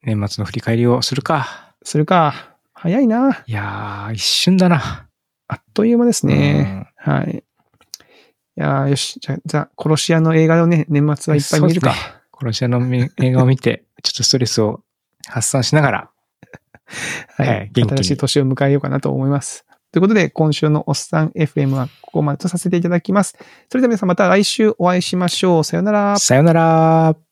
A: 年末の振り返りをするか。
B: するか。早いな。
A: いやー、一瞬だな。
B: あっという間ですね。はい。いやーよし。じゃあ、ザ・殺し屋の映画をね、年末はいっぱい見るか。
A: そううん。殺し屋のみ映画を見て、ちょっとストレスを発散しながら、ね
B: は
A: はいい。元気に
B: 新しい年を迎えようかなと思います。ということで、今週のおっさん FM はここまでとさせていただきます。それでは皆さんまた来週お会いしましょう。さようなら。
A: さよなら。